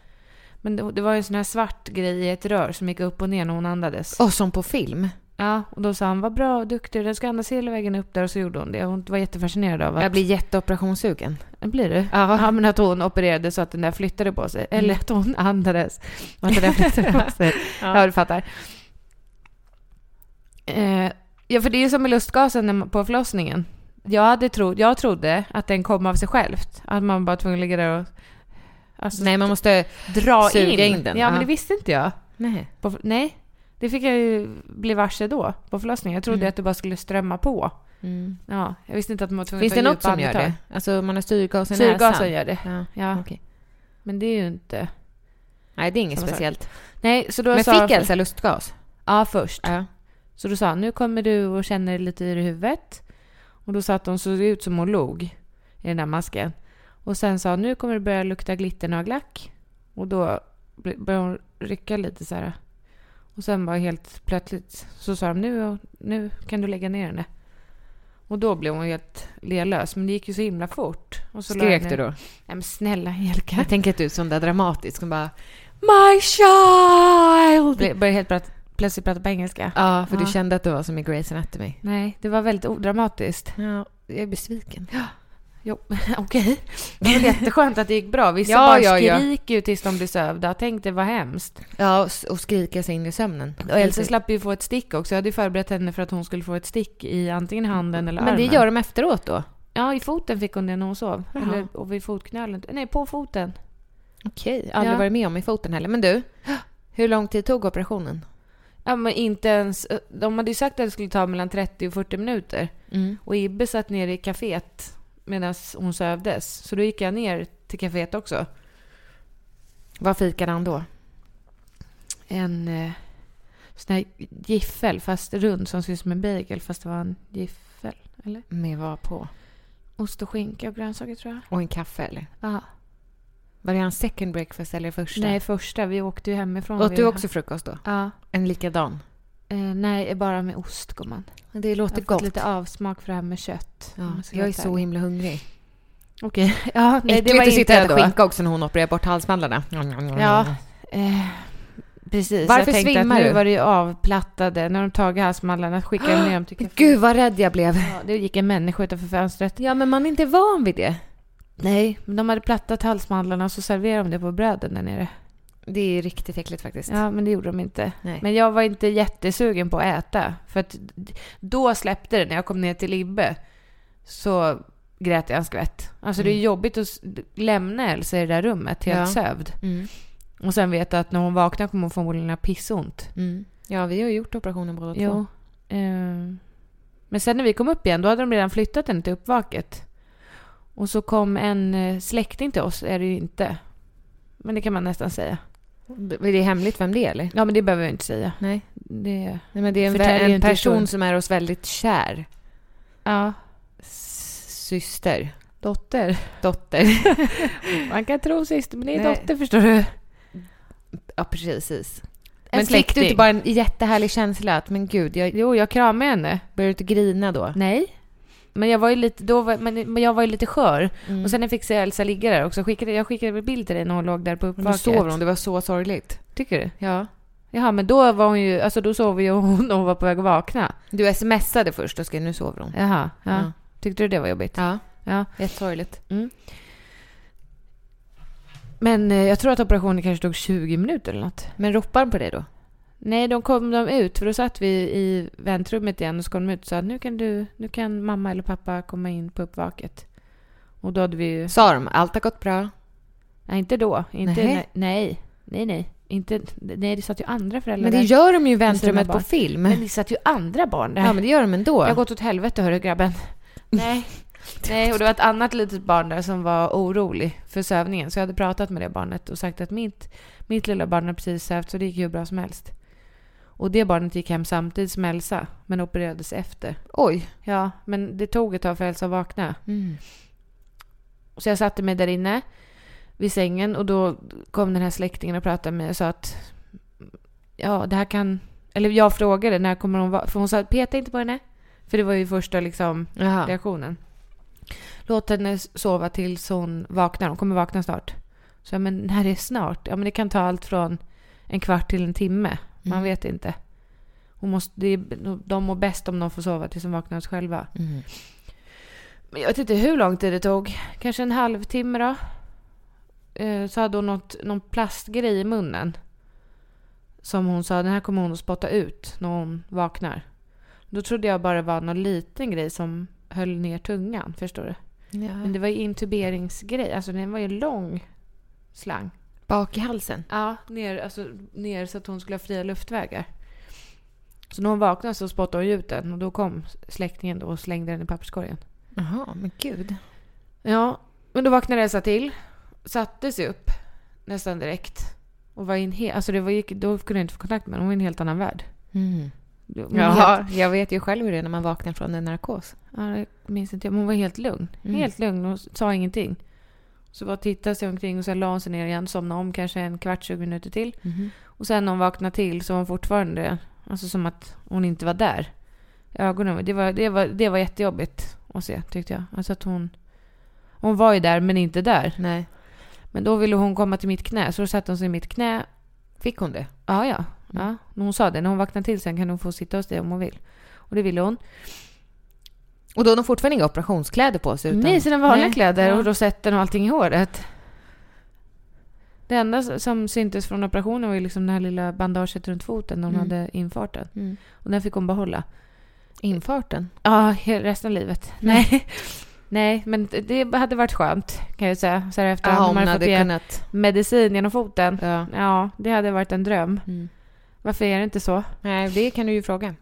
[SPEAKER 2] Men det, det var ju en sån här svart grej i ett rör som gick upp och ner när hon andades.
[SPEAKER 1] Och som på film?
[SPEAKER 2] Ja, och då sa han vad bra, duktig, du ska andas hela vägen upp där. Och så gjorde hon det. Hon var jättefascinerad av att...
[SPEAKER 1] Jag blir jätteoperationssugen.
[SPEAKER 2] Blir du? Ja. men att hon opererade så att den där flyttade på sig. Eller att hon andades och att den där flyttade på sig. [LAUGHS] Ja, du fattar. Eh, ja, för det är ju som med lustgasen när man- på förlossningen. Jag, hade tro, jag trodde att den kom av sig självt. Att man bara var tvungen att ligga där och alltså,
[SPEAKER 1] Nej, man måste...
[SPEAKER 2] dra
[SPEAKER 1] suga
[SPEAKER 2] in.
[SPEAKER 1] in den.
[SPEAKER 2] Ja,
[SPEAKER 1] Ja.
[SPEAKER 2] men det visste inte jag.
[SPEAKER 1] Nej.
[SPEAKER 2] På, nej, det fick jag ju bli varse då på förlossningen. Jag trodde
[SPEAKER 1] Mm.
[SPEAKER 2] att det bara skulle strömma på.
[SPEAKER 1] Mm.
[SPEAKER 2] Ja, jag visste inte att man var tvungen
[SPEAKER 1] Finns det
[SPEAKER 2] att ta
[SPEAKER 1] något som gör det? Alltså, man har syrgas i näsan?
[SPEAKER 2] Syrgasen gör det.
[SPEAKER 1] Ja.
[SPEAKER 2] Ja,
[SPEAKER 1] Okej.
[SPEAKER 2] men det är ju inte...
[SPEAKER 1] Nej, det är inget
[SPEAKER 2] Samma sak.
[SPEAKER 1] speciellt.
[SPEAKER 2] Nej, så då
[SPEAKER 1] Men
[SPEAKER 2] sa
[SPEAKER 1] fick Elsa lustgas?
[SPEAKER 2] Ja, först.
[SPEAKER 1] Ja.
[SPEAKER 2] Så då sa han, nu kommer du och känner dig lite yr i huvudet. Och då satt hon såg ut som hon log i den där masken. Och sen sa hon, nu kommer det börja lukta glitternaglack. Och då bl- började hon rycka lite så här. Och sen bara helt plötsligt så sa de, nu, nu kan du lägga ner henne. Och då blev hon helt lelös. Men det gick ju så himla fort. Och så la jag
[SPEAKER 1] Skrek du
[SPEAKER 2] ner-
[SPEAKER 1] då?
[SPEAKER 2] Nej men snälla Helga.
[SPEAKER 1] Jag tänker att du är sån där dramatisk som bara...
[SPEAKER 2] My child! Jag började helt prat- plötsligt prata på engelska.
[SPEAKER 1] Ja, för du
[SPEAKER 2] Ja.
[SPEAKER 1] kände att du var som i Grey's Anatomy.
[SPEAKER 2] Nej, det var väldigt odramatiskt.
[SPEAKER 1] Ja, jag är besviken.
[SPEAKER 2] Jo, [LAUGHS] okej. Det var väl jätteskönt att det gick bra. Vissa
[SPEAKER 1] Ja,
[SPEAKER 2] barn
[SPEAKER 1] ja, ja.
[SPEAKER 2] skriker ju tills de blir sövda. Tänk det var hemskt.
[SPEAKER 1] Ja, och s- och skrika sig in i sömnen.
[SPEAKER 2] Och Elsa slapp ju få ett stick också. Jag hade ju förberett henne för att hon skulle få ett stick i antingen handen eller
[SPEAKER 1] Men det
[SPEAKER 2] armen.
[SPEAKER 1] gör de efteråt då?
[SPEAKER 2] Ja, i foten fick hon det när hon sov.
[SPEAKER 1] Jaha.
[SPEAKER 2] Eller, och vid fotknölen. Nej, på foten.
[SPEAKER 1] Okej, aldrig
[SPEAKER 2] Ja.
[SPEAKER 1] varit med om i foten heller. Men du, hur lång tid tog operationen?
[SPEAKER 2] Ja, men inte ens... eh, De hade ju sagt att det skulle ta mellan 30 och 40 minuter. Och Ibbe satt nere i kaféet medan hon sövdes. Så då gick jag ner till kaféet också.
[SPEAKER 1] Vad fikade han då?
[SPEAKER 2] en eh, sån här giffel fast rund som ser ut som en bagel fast det var en giffel. Eller?
[SPEAKER 1] Med vad på?
[SPEAKER 2] Ost och skinka och grönsaker tror jag.
[SPEAKER 1] Och en kaffe eller?
[SPEAKER 2] Ja.
[SPEAKER 1] Var det hans second breakfast eller första?
[SPEAKER 2] Nej, första. Vi åkte ju hemifrån.
[SPEAKER 1] Åt
[SPEAKER 2] Vi-
[SPEAKER 1] du också frukost då?
[SPEAKER 2] Ja.
[SPEAKER 1] En likadan?
[SPEAKER 2] Eh, nej, bara med ost gumman.
[SPEAKER 1] Det
[SPEAKER 2] Jag har
[SPEAKER 1] låter
[SPEAKER 2] fått lite avsmak för det här med kött. Mm, om
[SPEAKER 1] Ja,
[SPEAKER 2] jag ska
[SPEAKER 1] Mm, jag
[SPEAKER 2] vara
[SPEAKER 1] är
[SPEAKER 2] helt
[SPEAKER 1] så
[SPEAKER 2] ärlig.
[SPEAKER 1] himla hungrig.
[SPEAKER 2] Okej. [LAUGHS] Ja, nej, det
[SPEAKER 1] Äckligt
[SPEAKER 2] var
[SPEAKER 1] att
[SPEAKER 2] inte
[SPEAKER 1] sitta och
[SPEAKER 2] jag
[SPEAKER 1] äta
[SPEAKER 2] då.
[SPEAKER 1] skinka också när hon opererar bort Mm. halsmandlarna.
[SPEAKER 2] Ja. Eh, precis.
[SPEAKER 1] Varför
[SPEAKER 2] jag tänkte
[SPEAKER 1] svimmar
[SPEAKER 2] att
[SPEAKER 1] du?
[SPEAKER 2] Nu var det ju avplattade. När de tagit halsmandlarna skickade de
[SPEAKER 1] [GASPS]
[SPEAKER 2] ner dem till kaféet.
[SPEAKER 1] Gud vad rädd jag blev. [LAUGHS]
[SPEAKER 2] Ja, det gick en människa utanför fönstret.
[SPEAKER 1] Ja, men man är inte van vid det.
[SPEAKER 2] Nej, men de hade plattat halsmandlarna och så serverade de det på bröden där nere.
[SPEAKER 1] Det är riktigt äckligt faktiskt.
[SPEAKER 2] Ja, men det gjorde de inte.
[SPEAKER 1] Nej.
[SPEAKER 2] Men jag var inte jättesugen på att äta. För att då släppte det när jag kom ner till Libbe. Så grät jag en skvätt. Alltså det är
[SPEAKER 1] Mm.
[SPEAKER 2] jobbigt att s- lämna Elsa i det där rummet helt
[SPEAKER 1] Ja.
[SPEAKER 2] sövd.
[SPEAKER 1] Mm.
[SPEAKER 2] Och sen veta att när hon vaknar kommer hon förmodligen ha pissont.
[SPEAKER 1] Mm. ja, vi har ju gjort operationen båda två.
[SPEAKER 2] Jo. Ehm. Men sen när vi kom upp igen, då hade de redan flyttat henne till uppvaket. Och så kom en eh, släkting till oss, är det ju inte. Men det kan man nästan säga.
[SPEAKER 1] Är det hemligt vem det är eller?
[SPEAKER 2] Ja, men det behöver jag inte säga.
[SPEAKER 1] Nej.
[SPEAKER 2] Det...
[SPEAKER 1] Nej men det är en,
[SPEAKER 2] Förtäljer
[SPEAKER 1] vä- en
[SPEAKER 2] inte
[SPEAKER 1] person
[SPEAKER 2] historien.
[SPEAKER 1] som är oss väldigt kär.
[SPEAKER 2] Ja,
[SPEAKER 1] S- Syster.
[SPEAKER 2] dotter.
[SPEAKER 1] Dotter.
[SPEAKER 2] [LAUGHS] Man kan tro syster, men det är
[SPEAKER 1] Nej.
[SPEAKER 2] dotter förstår du.
[SPEAKER 1] ja, precis.
[SPEAKER 2] En
[SPEAKER 1] men fick du inte
[SPEAKER 2] släkting.
[SPEAKER 1] bara en jättehärlig känsla att men gud, jag
[SPEAKER 2] Jo, jag kramade henne.
[SPEAKER 1] börjar inte grina då?
[SPEAKER 2] Nej. Men jag var ju lite, då var, men, men jag var ju lite skör.
[SPEAKER 1] Mm.
[SPEAKER 2] Och sen när jag fick se Elsa ligga där också. Skickade, jag skickade väl bild till dig när hon låg där på
[SPEAKER 1] nu
[SPEAKER 2] uppvaket.
[SPEAKER 1] sover hon, det var så sorgligt.
[SPEAKER 2] Tycker du?
[SPEAKER 1] Ja.
[SPEAKER 2] Jaha, men då var hon ju, alltså då sov ju hon och var på väg att vakna.
[SPEAKER 1] Du smsade först och skrev nu sover hon.
[SPEAKER 2] Jaha, ja.
[SPEAKER 1] Mm. Ja.
[SPEAKER 2] Tyckte du det var jobbigt?
[SPEAKER 1] Ja,
[SPEAKER 2] Ja.
[SPEAKER 1] jättesorgligt.
[SPEAKER 2] Men eh, jag tror att operationen kanske tog 20 minuter eller något.
[SPEAKER 1] Men ropar han på dig då?
[SPEAKER 2] Nej, då kom de ut, för då satt vi i väntrummet igen och så kom de ut och sa att nu kan, du, nu kan mamma eller pappa komma in på uppvaket. Och då hade vi ju...
[SPEAKER 1] Sa de, allt har gått bra.
[SPEAKER 2] Nej, inte då. Inte,
[SPEAKER 1] Nej.
[SPEAKER 2] nej. nej, nej, nej. Inte, nej, det satt ju andra föräldrar
[SPEAKER 1] Men det
[SPEAKER 2] där.
[SPEAKER 1] gör de ju i
[SPEAKER 2] Sina
[SPEAKER 1] väntrummet på
[SPEAKER 2] barn.
[SPEAKER 1] film.
[SPEAKER 2] Men det satt ju andra barn där.
[SPEAKER 1] Ja, men det gör de ändå.
[SPEAKER 2] Jag har gått åt helvete hörru grabben. Nej. [LAUGHS] Nej, och det var ett annat litet barn där som var orolig för sövningen. Så jag hade pratat med det barnet och sagt att mitt, mitt lilla barn har precis sövt så det gick ju hur bra som helst. Och det barnet gick hem samtidigt som Elsa, men opererades efter.
[SPEAKER 1] Oj.
[SPEAKER 2] Ja, men det tog ett tag för Elsa att vakna. Så jag satte mig där inne vid sängen och då kom den här släktingen och pratade med mig och sa att ja, det här kan... Eller jag frågade när kommer hon vara... För hon sa peta inte på henne. För det var ju första liksom
[SPEAKER 1] Jaha.
[SPEAKER 2] reaktionen. Låt henne sova tills hon vaknar. Hon kommer vakna snart. Så jag, men när är snart? Ja, men det kan ta allt från en kvart till en timme. Man
[SPEAKER 1] Mm.
[SPEAKER 2] vet inte. Hon måste, det är, de mår bäst om de får sova tills de vaknar själva.
[SPEAKER 1] Mm.
[SPEAKER 2] Men jag vet inte hur lång tid det tog. Kanske en halvtimme då. Eh, Så hade hon något, någon plastgrej i munnen. Som hon sa, den här kommer hon att spotta ut när hon vaknar. Då trodde jag bara det var någon liten grej som höll ner tungan, förstår du? Men det var ju intuberingsgrej, alltså den var ju en lång slang.
[SPEAKER 1] Bak i halsen.
[SPEAKER 2] Ja, ner, alltså, ner så att hon skulle ha fria luftvägar. Så när hon vaknade så spottade hon ju ut den och då kom släktingen då och slängde den i papperskorgen.
[SPEAKER 1] Jaha, men gud.
[SPEAKER 2] Ja, men då vaknade Elsa till. Satte sig upp nästan direkt. Och var i en hel, alltså det var, gick- då kunde jag inte få kontakt med henne. Hon var i en helt annan värld.
[SPEAKER 1] Mm.
[SPEAKER 2] Hon var helt-
[SPEAKER 1] Ja, jag vet ju själv hur det är när man vaknar från en narkos.
[SPEAKER 2] Ja, det minns inte jag. Men hon var helt lugn.
[SPEAKER 1] Mm.
[SPEAKER 2] Helt lugn. Hon sa ingenting. Så bara tittade sig omkring och sen la hon sig ner igen. Somnade om kanske en kvart, 20 minuter till. Och sen när hon vaknade till så var hon fortfarande... Alltså som att hon inte var där. Ögonen... Det var, det var, det var jättejobbigt att se, tyckte jag. Alltså att hon... Hon var ju där, men inte där.
[SPEAKER 1] Nej.
[SPEAKER 2] Men då ville hon komma till mitt knä. Så då satte hon sig i mitt knä
[SPEAKER 1] Fick hon det?
[SPEAKER 2] Ja, ja.
[SPEAKER 1] Mm.
[SPEAKER 2] ja. När Hon sa det. När hon vaknar till sen kan hon få sitta hos dig om hon vill. Och det ville hon.
[SPEAKER 1] Och då har de fortfarande inga operationskläder på sig? Utan...
[SPEAKER 2] Nej, sina vanliga
[SPEAKER 1] Nej.
[SPEAKER 2] kläder
[SPEAKER 1] Ja.
[SPEAKER 2] och rosetten och allting i håret. Det enda s- som syntes från operationen var ju liksom det här lilla bandaget runt foten när hon
[SPEAKER 1] Mm.
[SPEAKER 2] hade infarten.
[SPEAKER 1] Mm.
[SPEAKER 2] Och den fick hon behålla.
[SPEAKER 1] Infarten? Mm.
[SPEAKER 2] Ja, he- resten av livet. Nej. [LAUGHS] Nej, men det- det hade varit skönt kan jag säga. Så här efter
[SPEAKER 1] Jaha,
[SPEAKER 2] att
[SPEAKER 1] om
[SPEAKER 2] man
[SPEAKER 1] hon
[SPEAKER 2] hade fått
[SPEAKER 1] hade
[SPEAKER 2] igen
[SPEAKER 1] kunnat...
[SPEAKER 2] medicin genom foten.
[SPEAKER 1] Ja.
[SPEAKER 2] Ja, det hade varit en dröm.
[SPEAKER 1] Mm.
[SPEAKER 2] Varför är det inte så?
[SPEAKER 1] Nej, det kan du ju fråga.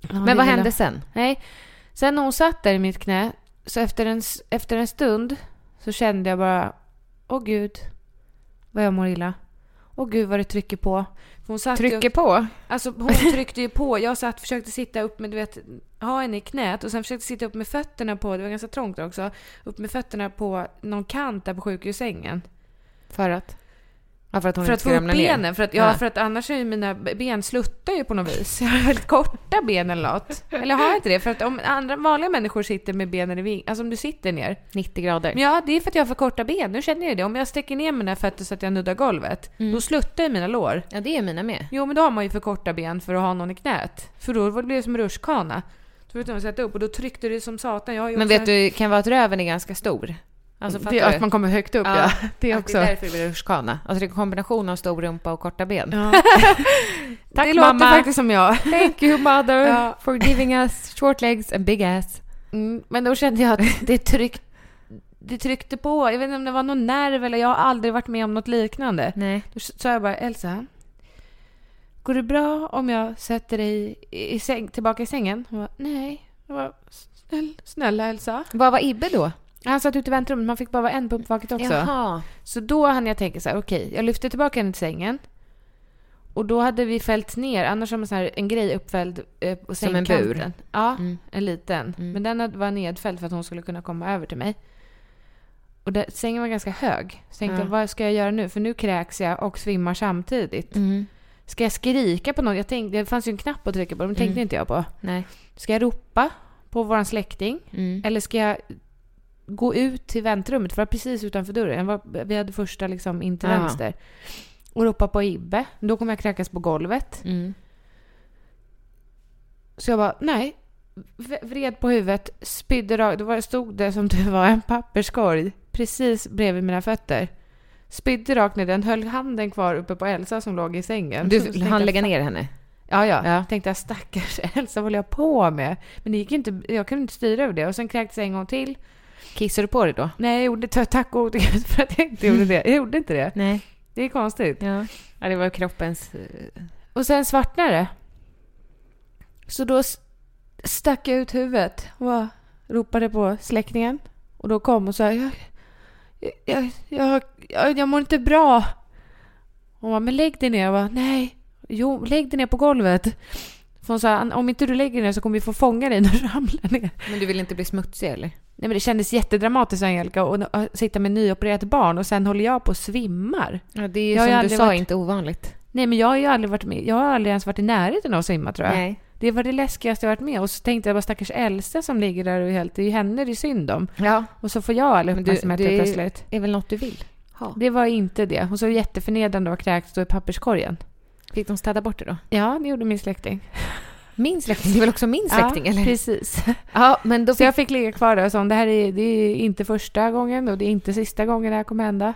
[SPEAKER 2] det
[SPEAKER 1] Men vad
[SPEAKER 2] vill jag.
[SPEAKER 1] hände sen?
[SPEAKER 2] Nej. Sen när hon satt där i mitt knä, så efter en, s- efter en stund så kände jag bara, åh gud, vad jag mår illa. Åh gud vad det trycker på. För Hon satt ju,
[SPEAKER 1] Trycker på?
[SPEAKER 2] alltså
[SPEAKER 1] [LAUGHS]
[SPEAKER 2] hon tryckte ju på. Jag satt, försökte sitta upp med, du vet, ha henne i knät och sen försökte sitta upp med fötterna på, det var ganska trångt också, upp med fötterna på någon kant där på sjukhussängen.
[SPEAKER 1] För att? Ja, för att hon
[SPEAKER 2] För
[SPEAKER 1] inte
[SPEAKER 2] att få
[SPEAKER 1] ska
[SPEAKER 2] upp
[SPEAKER 1] ramla ner.
[SPEAKER 2] benen, för att, ja,
[SPEAKER 1] Ja.
[SPEAKER 2] för att annars är ju mina b- ben sluttar ju på något vis. [LAUGHS] Jag har väldigt korta ben eller något. Eller har jag inte det? För att om andra vanliga människor sitter med benen i ving, alltså om du sitter ner.
[SPEAKER 1] 90 grader.
[SPEAKER 2] Men ja, det är för att jag har för korta ben. Nu känner jag ju det. Om jag sträcker ner mina fötter så att jag nuddar golvet,
[SPEAKER 1] Mm.
[SPEAKER 2] då sluttar ju mina lår.
[SPEAKER 1] Ja, det är mina med.
[SPEAKER 2] Jo, men då har man ju för korta ben för att ha någon i knät. För då blir det som rutschkana. Då var jag tvungen att sätta upp och då tryckte det som satan. Jag har ju
[SPEAKER 1] Men
[SPEAKER 2] också-
[SPEAKER 1] vet du, det kan vara att röven är ganska stor. Alltså, fattar
[SPEAKER 2] det,
[SPEAKER 1] du?
[SPEAKER 2] att man kommer högt upp ja. [LAUGHS] Det är
[SPEAKER 1] Att
[SPEAKER 2] också.
[SPEAKER 1] Det är därför det blir rutschkana. Alltså det är en kombination av stor rumpa och korta ben.
[SPEAKER 2] [LAUGHS] Tack det
[SPEAKER 1] mamma.
[SPEAKER 2] låter faktiskt som jag.
[SPEAKER 1] [LAUGHS] Thank you mother
[SPEAKER 2] Ja.
[SPEAKER 1] for giving us short legs and big ass.
[SPEAKER 2] Mm, men då kände jag att det, tryck, det tryckte på. Jag vet inte om det var någon nerv eller jag har aldrig varit med om något liknande.
[SPEAKER 1] Nej.
[SPEAKER 2] Då sa jag bara Elsa, går det bra om jag sätter dig i, i säng, tillbaka i sängen? Hon bara, nej. Jag bara, Snäll, snälla Elsa.
[SPEAKER 1] Vad var Ibbe då?
[SPEAKER 2] Han satt ute i väntrummet, man fick bara vara en på uppvaket också.
[SPEAKER 1] Jaha.
[SPEAKER 2] Så då hann jag tänka så här, okej, jag lyfter tillbaka henne till sängen. Och då hade vi fällt ner, annars har man så här en grej uppfälld eh, på
[SPEAKER 1] Som en
[SPEAKER 2] sängkanten.
[SPEAKER 1] bur.
[SPEAKER 2] Ja,
[SPEAKER 1] Mm.
[SPEAKER 2] en liten.
[SPEAKER 1] Mm.
[SPEAKER 2] Men den hade- var nedfälld för att hon skulle kunna komma över till mig. Och där, sängen var ganska hög. Så tänkte
[SPEAKER 1] Ja.
[SPEAKER 2] jag, vad ska jag göra nu? För nu kräks jag och svimmar samtidigt.
[SPEAKER 1] Mm.
[SPEAKER 2] Ska jag skrika på någon? Jag tänkte, det fanns ju en knapp att trycka på, men tänkte
[SPEAKER 1] Mm.
[SPEAKER 2] inte jag på.
[SPEAKER 1] Nej.
[SPEAKER 2] Ska jag ropa på våran släkting?
[SPEAKER 1] Mm.
[SPEAKER 2] Eller ska jag gå ut till väntrummet? För det var precis utanför dörren. Jag Var, vi hade första liksom in till
[SPEAKER 1] Ja.
[SPEAKER 2] vänster. Och ropa på Ibbe. Då kommer jag kräkas på golvet.
[SPEAKER 1] Mm.
[SPEAKER 2] Så jag bara, nej. V- Vred på huvudet, spydde rakt. Då var- stod det som det var en papperskorg precis bredvid mina fötter. Spydde rakt ner den, höll handen kvar uppe på Elsa som låg i sängen. Så
[SPEAKER 1] Du
[SPEAKER 2] tänkte
[SPEAKER 1] han
[SPEAKER 2] jag,
[SPEAKER 1] lägga ner henne?
[SPEAKER 2] Ja, ja.
[SPEAKER 1] Ja.
[SPEAKER 2] Tänkte jag stackars [LAUGHS] Elsa, vad håller jag på med? Men det gick ju inte, jag kunde inte styra över det. Och sen kräktes jag en gång till.
[SPEAKER 1] Kissade du på dig då?
[SPEAKER 2] Nej, jag gjorde ta- tack och gode gud för att jag inte gjorde det. Jag gjorde inte det.
[SPEAKER 1] Nej.
[SPEAKER 2] Det är konstigt.
[SPEAKER 1] Ja. ja det var kroppens... eh,
[SPEAKER 2] Och sen svartnade det. Så då s- stack jag ut huvudet och bara ropade på släktingen. Och då kom och sa jag, jag, jag, jag, jag, jag mår inte bra. Hon bara, men lägg dig ner. Jag bara, nej. Jo, lägg dig ner på golvet. För hon sa, om inte du lägger dig ner så kommer vi få fånga dig när du ramlar ner.
[SPEAKER 1] Men du vill inte bli smutsig eller?
[SPEAKER 2] Nej men det kändes jättedramatiskt Angelica och att sitta med nyopererat barn och sen håller jag på och svimmar.
[SPEAKER 1] Ja, det är ju
[SPEAKER 2] Jag har
[SPEAKER 1] som
[SPEAKER 2] ju
[SPEAKER 1] du
[SPEAKER 2] aldrig
[SPEAKER 1] sa
[SPEAKER 2] varit-
[SPEAKER 1] inte ovanligt.
[SPEAKER 2] Nej men jag har ju aldrig varit med, jag har aldrig ens varit i närheten av att svimma tror jag.
[SPEAKER 1] Nej.
[SPEAKER 2] Det var det läskigaste jag varit med och så tänkte jag bara stackars Elsa som ligger där och är helt, det är ju henne det är synd om.
[SPEAKER 1] Ja.
[SPEAKER 2] Och så får jag liksom
[SPEAKER 1] Men
[SPEAKER 2] all
[SPEAKER 1] du-
[SPEAKER 2] uppmärksamhet
[SPEAKER 1] det är ju-
[SPEAKER 2] plötsligt.
[SPEAKER 1] Det är väl något du vill ha?
[SPEAKER 2] Det var inte det. Och så jätteförnedrande och kräkt och i papperskorgen.
[SPEAKER 1] Fick de städa bort det då?
[SPEAKER 2] Ja, det gjorde min släkting.
[SPEAKER 1] Min släkting, det är väl också min släkting
[SPEAKER 2] ja,
[SPEAKER 1] eller?
[SPEAKER 2] precis.
[SPEAKER 1] Ja, men då
[SPEAKER 2] Så
[SPEAKER 1] fick...
[SPEAKER 2] jag fick ligga kvar där och sa det här är, det är inte första gången och det är inte sista gången det här kommer hända.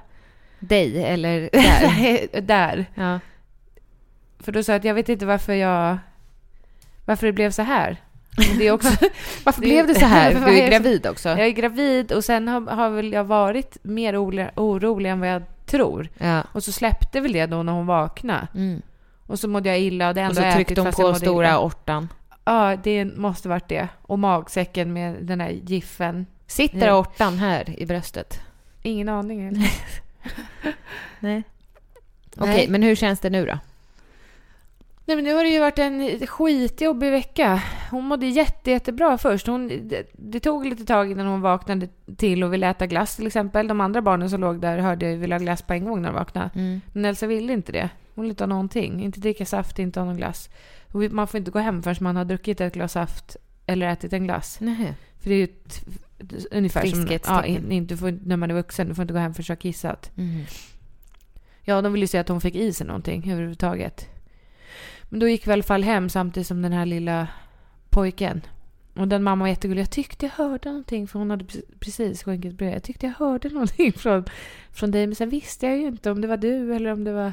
[SPEAKER 1] Dig [LAUGHS] eller där.
[SPEAKER 2] [LAUGHS] där.
[SPEAKER 1] ja.
[SPEAKER 2] För då sa jag att jag vet inte varför jag... Varför det blev så här. Men det är också,
[SPEAKER 1] [LAUGHS] Varför
[SPEAKER 2] Det-
[SPEAKER 1] blev det så [LAUGHS]
[SPEAKER 2] [LAUGHS]
[SPEAKER 1] här?
[SPEAKER 2] Vad
[SPEAKER 1] Du
[SPEAKER 2] är
[SPEAKER 1] är
[SPEAKER 2] det
[SPEAKER 1] gravid också.
[SPEAKER 2] jag är gravid och sen har, har väl jag varit mer orolig, orolig än vad jag tror.
[SPEAKER 1] Ja.
[SPEAKER 2] Och så släppte väl det då när hon vaknade.
[SPEAKER 1] Mm.
[SPEAKER 2] Och så mådde jag illa och det
[SPEAKER 1] Och
[SPEAKER 2] ändå
[SPEAKER 1] så tryckte
[SPEAKER 2] ätit
[SPEAKER 1] de
[SPEAKER 2] fast jag
[SPEAKER 1] på
[SPEAKER 2] mådde
[SPEAKER 1] stora
[SPEAKER 2] illa.
[SPEAKER 1] aortan.
[SPEAKER 2] Ja, det måste varit det. Och magsäcken med den här giffen.
[SPEAKER 1] Sitter aortan här i bröstet? [LAUGHS]
[SPEAKER 2] Ingen aning. eller?
[SPEAKER 1] Nej. Okej,
[SPEAKER 2] Nej.
[SPEAKER 1] men hur känns det nu då?
[SPEAKER 2] Nej men nu har det ju varit en skitjobbig vecka. Hon mådde jätte, jättebra först. Hon, det, det tog lite tag innan hon vaknade till och ville äta glass till exempel. De andra barnen som låg där hörde jag ville ha glass på en gång när de vaknade.
[SPEAKER 1] Mm.
[SPEAKER 2] Men Elsa ville inte det. Hon ville inte ha någonting. Inte dricka saft, inte ha någon glass. Och vi- Man får inte gå hem förrän man har druckit ett glas saft eller ätit en glass.
[SPEAKER 1] Nej.
[SPEAKER 2] För det är ju ett, ungefär som... Ja,
[SPEAKER 1] Friskhetstecken.
[SPEAKER 2] in, in, du får, inte- när man är vuxen, du får inte gå hem förrän du har kissat.
[SPEAKER 1] Mm.
[SPEAKER 2] Ja, de ville ju se att hon fick i sig någonting överhuvudtaget. Men då gick vi i alla fall hem samtidigt som den här lilla pojken. Och den mamma var jättegullig. Jag tyckte jag hörde någonting för hon hade pre- precis sjunkit bredvid. Jag tyckte jag hörde [LAUGHS] någonting från, från dig men sen visste jag ju inte om det var du eller om det var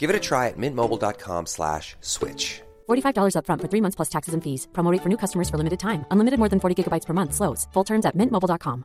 [SPEAKER 3] Give it a try at mintmobile.com slash switch.
[SPEAKER 4] $45 upfront for three months plus taxes and fees. Promo rate for new customers for limited time. Unlimited more than 40 gigabytes per month. Slows. Full terms at mintmobile.com.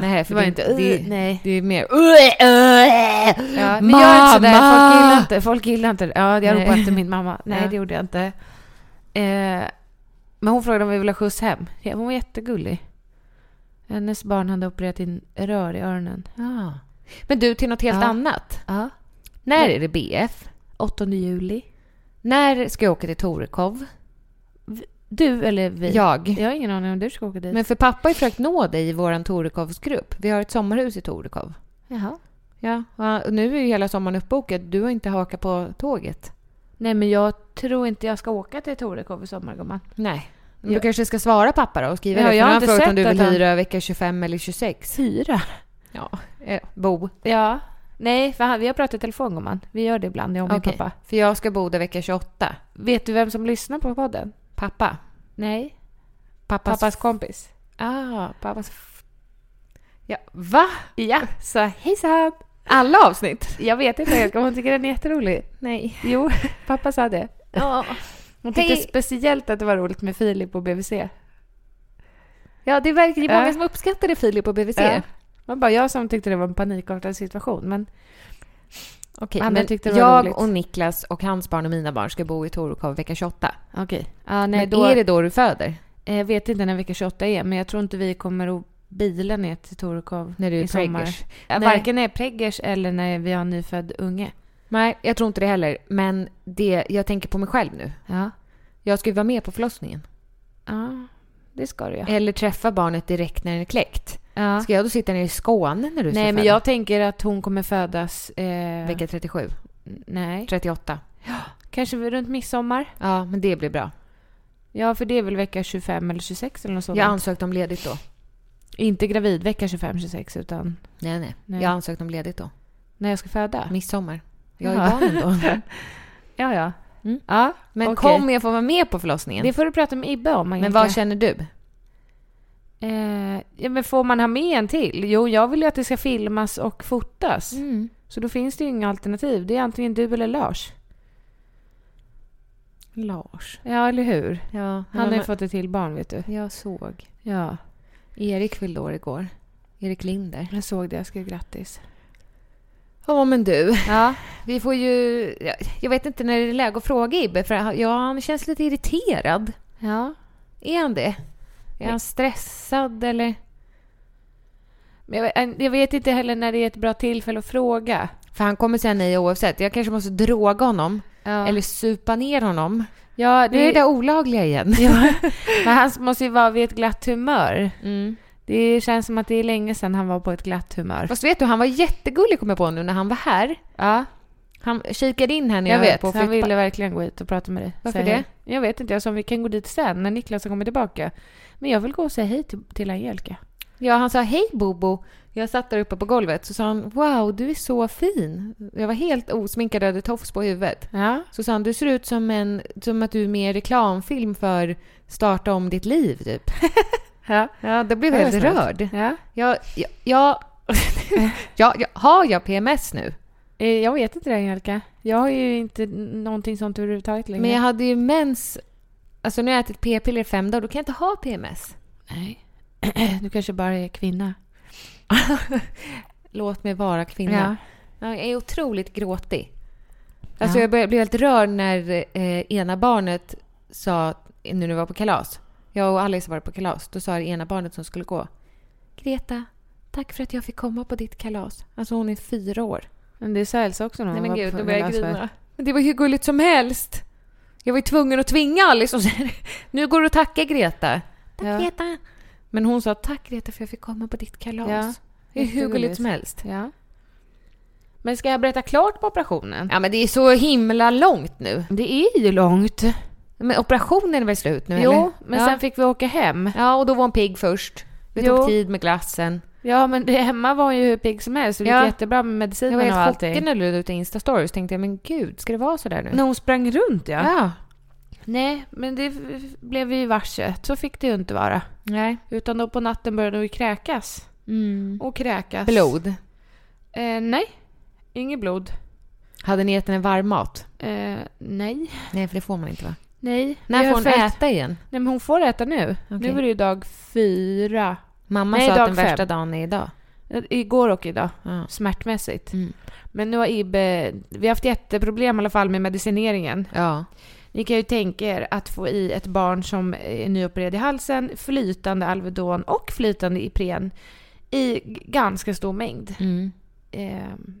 [SPEAKER 1] Nej, för
[SPEAKER 2] Det var
[SPEAKER 1] det, är
[SPEAKER 2] inte,
[SPEAKER 1] inte, det,
[SPEAKER 2] "Uh,
[SPEAKER 1] är-
[SPEAKER 2] nej."
[SPEAKER 1] det är mer...
[SPEAKER 2] Ja, men jag är inte
[SPEAKER 1] Mamma!
[SPEAKER 2] sådär. Folk gillar inte. Folk gillar inte. Ja, jag
[SPEAKER 1] Nej.
[SPEAKER 2] ropade efter min mamma. Nej,
[SPEAKER 1] Ja.
[SPEAKER 2] det gjorde jag inte. Eh, men hon frågade om vi ville ha skjuts hem. Ja, Hon var jättegullig. Hennes barn hade opererat in rör i öronen.
[SPEAKER 1] Ja. Men du, till något helt
[SPEAKER 2] Ja.
[SPEAKER 1] annat.
[SPEAKER 2] Ja.
[SPEAKER 1] När är det BF?
[SPEAKER 2] 8 juli.
[SPEAKER 1] När ska jag åka till Torekov?
[SPEAKER 2] Du eller vi?
[SPEAKER 1] Jag.
[SPEAKER 2] Jag har ingen aning om du ska åka dit.
[SPEAKER 1] Men för pappa har ju försökt nå dig i vår Torekovsgrupp. Vi har ett sommarhus i Torekov.
[SPEAKER 2] Jaha.
[SPEAKER 1] Ja, och nu är ju hela sommaren uppbokad. Du har inte hakat på tåget.
[SPEAKER 2] Nej, men jag tror inte jag ska åka till Torekov i sommar, gumman.
[SPEAKER 1] Nej. Du
[SPEAKER 2] Ja.
[SPEAKER 1] kanske ska svara pappa då och skriva
[SPEAKER 2] Ja,
[SPEAKER 1] det. för
[SPEAKER 2] jag har
[SPEAKER 1] han
[SPEAKER 2] inte
[SPEAKER 1] frågat
[SPEAKER 2] sett
[SPEAKER 1] om du vill
[SPEAKER 2] att han-
[SPEAKER 1] hyra vecka 25 eller 26.
[SPEAKER 2] Fyra?
[SPEAKER 1] Ja, eh, bo.
[SPEAKER 2] Ja. Nej, för han, vi har pratat i telefon, gumman. Vi gör det ibland, jag och min
[SPEAKER 1] Okej.
[SPEAKER 2] pappa.
[SPEAKER 1] För jag ska bo där vecka 28.
[SPEAKER 2] Vet du vem som lyssnar på podden?
[SPEAKER 1] Pappa.
[SPEAKER 2] Nej.
[SPEAKER 1] Pappas...
[SPEAKER 2] Pappas kompis.
[SPEAKER 1] Ah, pappas... Ja, va?
[SPEAKER 2] Ja, så hejsan!
[SPEAKER 1] Alla avsnitt?
[SPEAKER 2] Jag vet inte, jag- hon tycker den är jätterolig.
[SPEAKER 1] Nej.
[SPEAKER 2] Jo, [LAUGHS] pappa sa det.
[SPEAKER 1] Ja.
[SPEAKER 2] Hon tyckte
[SPEAKER 1] Hej.
[SPEAKER 2] speciellt att det var roligt med Filip och BVC.
[SPEAKER 1] Ja, det verkar ju
[SPEAKER 2] Ja.
[SPEAKER 1] många som uppskattade Filip och BVC.
[SPEAKER 2] Ja. Man bara, jag som tyckte det var en panikartad situation, men
[SPEAKER 1] Okej,
[SPEAKER 2] Andra
[SPEAKER 1] men
[SPEAKER 2] tyckte det var
[SPEAKER 1] jag
[SPEAKER 2] roligt.
[SPEAKER 1] och Niklas och hans barn och mina barn ska bo i Torekov vecka 28.
[SPEAKER 2] okej. Ja, nej,
[SPEAKER 1] men
[SPEAKER 2] då,
[SPEAKER 1] är det då du föder?
[SPEAKER 2] Jag eh, vet inte när vecka 28 är, men jag tror inte vi kommer att bila ner till Torekov
[SPEAKER 1] När du är
[SPEAKER 2] i sommar.
[SPEAKER 1] preggers?
[SPEAKER 2] Ja,
[SPEAKER 1] Nej.
[SPEAKER 2] Varken när jag är preggers eller när vi har en nyfödd unge.
[SPEAKER 1] Nej, jag tror inte det heller. Men det, jag tänker på mig själv nu.
[SPEAKER 2] Ja.
[SPEAKER 1] Jag ska ju vara med på förlossningen.
[SPEAKER 2] ja, det ska du ja.
[SPEAKER 1] Eller träffa barnet direkt när den är kläckt.
[SPEAKER 2] Eh, ja.
[SPEAKER 1] Ska jag då sitta nere i Skåne när du ska
[SPEAKER 2] Nej, men
[SPEAKER 1] föda?
[SPEAKER 2] jag tänker att hon kommer födas... Eh,
[SPEAKER 1] Vecka 37,
[SPEAKER 2] Nej.
[SPEAKER 1] 38.
[SPEAKER 2] Kanske runt midsommar?
[SPEAKER 1] Ja, men det blir bra.
[SPEAKER 2] Ja, för det är väl vecka 25 eller 26 eller något sånt.
[SPEAKER 1] Jag ansökte om ledigt då.
[SPEAKER 2] Inte gravid vecka 25-26 utan
[SPEAKER 1] Nej, nej.
[SPEAKER 2] Nej.
[SPEAKER 1] Jag ansökte om ledigt då.
[SPEAKER 2] när jag ska föda.
[SPEAKER 1] Midsommar. Jag är
[SPEAKER 2] Jaha.
[SPEAKER 1] barnen
[SPEAKER 2] [LAUGHS]
[SPEAKER 1] då.
[SPEAKER 2] Ja, ja.
[SPEAKER 1] Mm.
[SPEAKER 2] ja
[SPEAKER 1] Men
[SPEAKER 2] okej.
[SPEAKER 1] kom jag får vara med på förlossningen.
[SPEAKER 2] Det får du prata med Ibbe om,
[SPEAKER 1] Men
[SPEAKER 2] Angelica.
[SPEAKER 1] vad känner du?
[SPEAKER 2] eh, ja, men Får man ha med en till? Jo, jag vill ju att det ska filmas och fotas.
[SPEAKER 1] Mm.
[SPEAKER 2] Så då finns det ju inga alternativ. Det är antingen du eller Lars.
[SPEAKER 1] Lars.
[SPEAKER 2] Ja, eller hur?
[SPEAKER 1] Ja,
[SPEAKER 2] Han har ju fått ett till barn, vet du.
[SPEAKER 1] Jag såg.
[SPEAKER 2] Ja,
[SPEAKER 1] Erik fyllde år igår. Erik Linder.
[SPEAKER 2] jag såg det. Jag skrev grattis.
[SPEAKER 1] Ja, men du.
[SPEAKER 2] Ja.
[SPEAKER 1] Vi får ju... jag- Jag vet inte när det är läge att fråga Ibbe, för han- ja, han känns lite irriterad.
[SPEAKER 2] ja.
[SPEAKER 1] Är han det? Är han stressad eller?
[SPEAKER 2] Men jag, vet- jag vet inte heller när det är ett bra tillfälle att fråga.
[SPEAKER 1] För han kommer säga nej oavsett. Jag kanske måste droga honom.
[SPEAKER 2] Ja.
[SPEAKER 1] Eller supa ner honom.
[SPEAKER 2] ja,
[SPEAKER 1] Nu är det olagliga igen. [LAUGHS]
[SPEAKER 2] Ja, [LAUGHS] men han måste ju vara vid ett glatt humör.
[SPEAKER 1] Mm.
[SPEAKER 2] Det känns som att det är länge sedan han var på ett glatt humör.
[SPEAKER 1] Fast vet du, han var jättegullig kommer jag på nu när han var här.
[SPEAKER 2] Ja,
[SPEAKER 1] Han kikade in här när
[SPEAKER 2] jag
[SPEAKER 1] jag, höll
[SPEAKER 2] vet.
[SPEAKER 1] på att
[SPEAKER 2] Han
[SPEAKER 1] flytta.
[SPEAKER 2] ville verkligen gå hit och prata med dig.
[SPEAKER 1] Varför
[SPEAKER 2] Säga hej. Jag vet inte. Jag sa vi kan gå dit sen när Niklas har kommit tillbaka. Men jag vill gå och säga hej till, till Angelica.
[SPEAKER 1] Ja, han sa hej Bobo. Jag satt där uppe på golvet så sa han wow, du är så fin. Jag var helt osminkad och hade tofs på huvudet.
[SPEAKER 2] Ja.
[SPEAKER 1] Så sa han du ser ut som, en, som att du är med i reklamfilm för Starta om ditt liv typ.
[SPEAKER 2] [LAUGHS] Ja.
[SPEAKER 1] Ja, då blev
[SPEAKER 2] Det
[SPEAKER 1] jag
[SPEAKER 2] var
[SPEAKER 1] helt
[SPEAKER 2] snällt.
[SPEAKER 1] rörd.
[SPEAKER 2] ja.
[SPEAKER 1] Jag, jag, [LAUGHS] jag, jag, jag, har jag PMS nu?
[SPEAKER 2] Eh, Jag vet inte det Angelica. Jag har ju inte n- någonting sånt överhuvudtaget längre.
[SPEAKER 1] Men jag hade ju mens. Alltså nu har jag ätit p-piller i fem dagar, då kan jag inte ha PMS.
[SPEAKER 2] Nej. [CLEARS THROAT] Du kanske bara är kvinna.
[SPEAKER 1] [LAUGHS] Låt mig vara kvinna.
[SPEAKER 2] Ja.
[SPEAKER 1] Ja, jag är otroligt gråtig. Alltså
[SPEAKER 2] Ja.
[SPEAKER 1] jag började- blev helt rörd när eh, ena barnet sa, nu när vi var på kalas, jag och Alice var på kalas, då sa det ena barnet som skulle gå, Greta, tack för att jag fick komma på ditt kalas. Alltså hon är fyra år.
[SPEAKER 2] Men det sa Elsa också när
[SPEAKER 1] Nej
[SPEAKER 2] hon
[SPEAKER 1] men
[SPEAKER 2] var
[SPEAKER 1] gud,
[SPEAKER 2] på
[SPEAKER 1] då började jag
[SPEAKER 2] kalas för-
[SPEAKER 1] grina. Men det var hur gulligt som helst. Jag var ju tvungen att tvinga Alice och säga, [LAUGHS] nu går du och tacka Greta. Tack
[SPEAKER 2] Ja.
[SPEAKER 1] Greta. Men hon sa, tack Greta för jag fick komma på ditt kalas.
[SPEAKER 2] Ja,
[SPEAKER 1] det är hur
[SPEAKER 2] jättegulligt.
[SPEAKER 1] gulligt som helst.
[SPEAKER 2] Ja. Men ska jag berätta klart på operationen?
[SPEAKER 1] Ja men det är så himla långt nu.
[SPEAKER 2] Det är ju långt.
[SPEAKER 1] Men operationen är väl slut nu
[SPEAKER 2] jo,
[SPEAKER 1] eller?
[SPEAKER 2] men
[SPEAKER 1] ja.
[SPEAKER 2] sen fick vi åka hem.
[SPEAKER 1] Ja, och då var hon pigg först. Det
[SPEAKER 2] Jo.
[SPEAKER 1] tog tid med glassen.
[SPEAKER 2] Ja, men det, hemma var hon ju hur pigg som helst. så Det gick
[SPEAKER 1] Ja.
[SPEAKER 2] jättebra
[SPEAKER 1] Jag
[SPEAKER 2] med
[SPEAKER 1] var
[SPEAKER 2] medicinerna och
[SPEAKER 1] helt chockad
[SPEAKER 2] allting.
[SPEAKER 1] när du la ut Insta-stories. tänkte jag, men gud, ska det vara sådär nu?
[SPEAKER 2] När hon sprang runt ja.
[SPEAKER 1] Ja.
[SPEAKER 2] Nej, men det f- blev vi ju varse. Så fick det ju inte vara.
[SPEAKER 1] Nej.
[SPEAKER 2] Utan då på natten började hon ju kräkas.
[SPEAKER 1] Mm.
[SPEAKER 2] Och kräkas.
[SPEAKER 1] Blod.
[SPEAKER 2] Eh, nej, inget blod.
[SPEAKER 1] Hade ni gett henne varmmat?
[SPEAKER 2] Eh, nej.
[SPEAKER 1] Nej, för det får man inte va?
[SPEAKER 2] Nej. Vi
[SPEAKER 1] När
[SPEAKER 2] har
[SPEAKER 1] får hon
[SPEAKER 2] följt-
[SPEAKER 1] äta igen?
[SPEAKER 2] Nej, men hon får äta nu.
[SPEAKER 1] Okej.
[SPEAKER 2] Nu är det ju dag fyra.
[SPEAKER 1] Mamma
[SPEAKER 2] Nej,
[SPEAKER 1] sa
[SPEAKER 2] dag
[SPEAKER 1] att den
[SPEAKER 2] fem.
[SPEAKER 1] värsta dagen är idag.
[SPEAKER 2] Igår och idag.
[SPEAKER 1] Ja.
[SPEAKER 2] Smärtmässigt.
[SPEAKER 1] Mm.
[SPEAKER 2] Men nu har Ibbe... Vi har haft jätteproblem i alla fall med medicineringen.
[SPEAKER 1] Ja.
[SPEAKER 2] Ni kan ju tänka er att få i ett barn som är nyopererad i halsen, flytande Alvedon och flytande Ipren i g- ganska stor mängd.
[SPEAKER 1] Mm.
[SPEAKER 2] Ehm,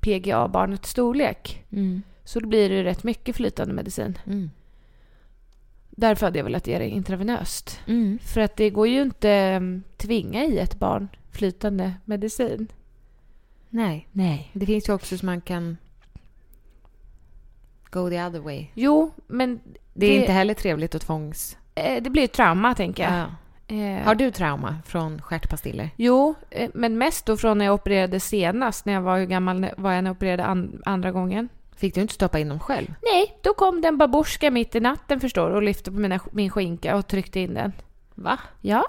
[SPEAKER 2] PGA-barnets storlek.
[SPEAKER 1] Mm.
[SPEAKER 2] Så då blir det ju rätt mycket flytande medicin.
[SPEAKER 1] Mm.
[SPEAKER 2] Därför hade jag velat ge det intravenöst.
[SPEAKER 1] Mm.
[SPEAKER 2] För att det går ju inte mm, tvinga i ett barn flytande medicin.
[SPEAKER 1] Nej. Nej. Det finns ju också som man kan go the other way.
[SPEAKER 2] Jo, men det,
[SPEAKER 1] Det är inte heller trevligt att tvångs...
[SPEAKER 2] eh, det blir ett trauma tänker jag. Eh,
[SPEAKER 1] Har du trauma från stjärtpastiller?
[SPEAKER 2] Jo, eh, men mest då från när jag opererade senast. När jag var, hur gammal var jag när jag opererade an, andra gången?
[SPEAKER 1] Fick du inte stoppa in dem själv?
[SPEAKER 2] Nej, då kom den baborska mitt i natten förstår du och lyfte på mina, min skinka och tryckte in den.
[SPEAKER 1] Va?
[SPEAKER 2] Ja,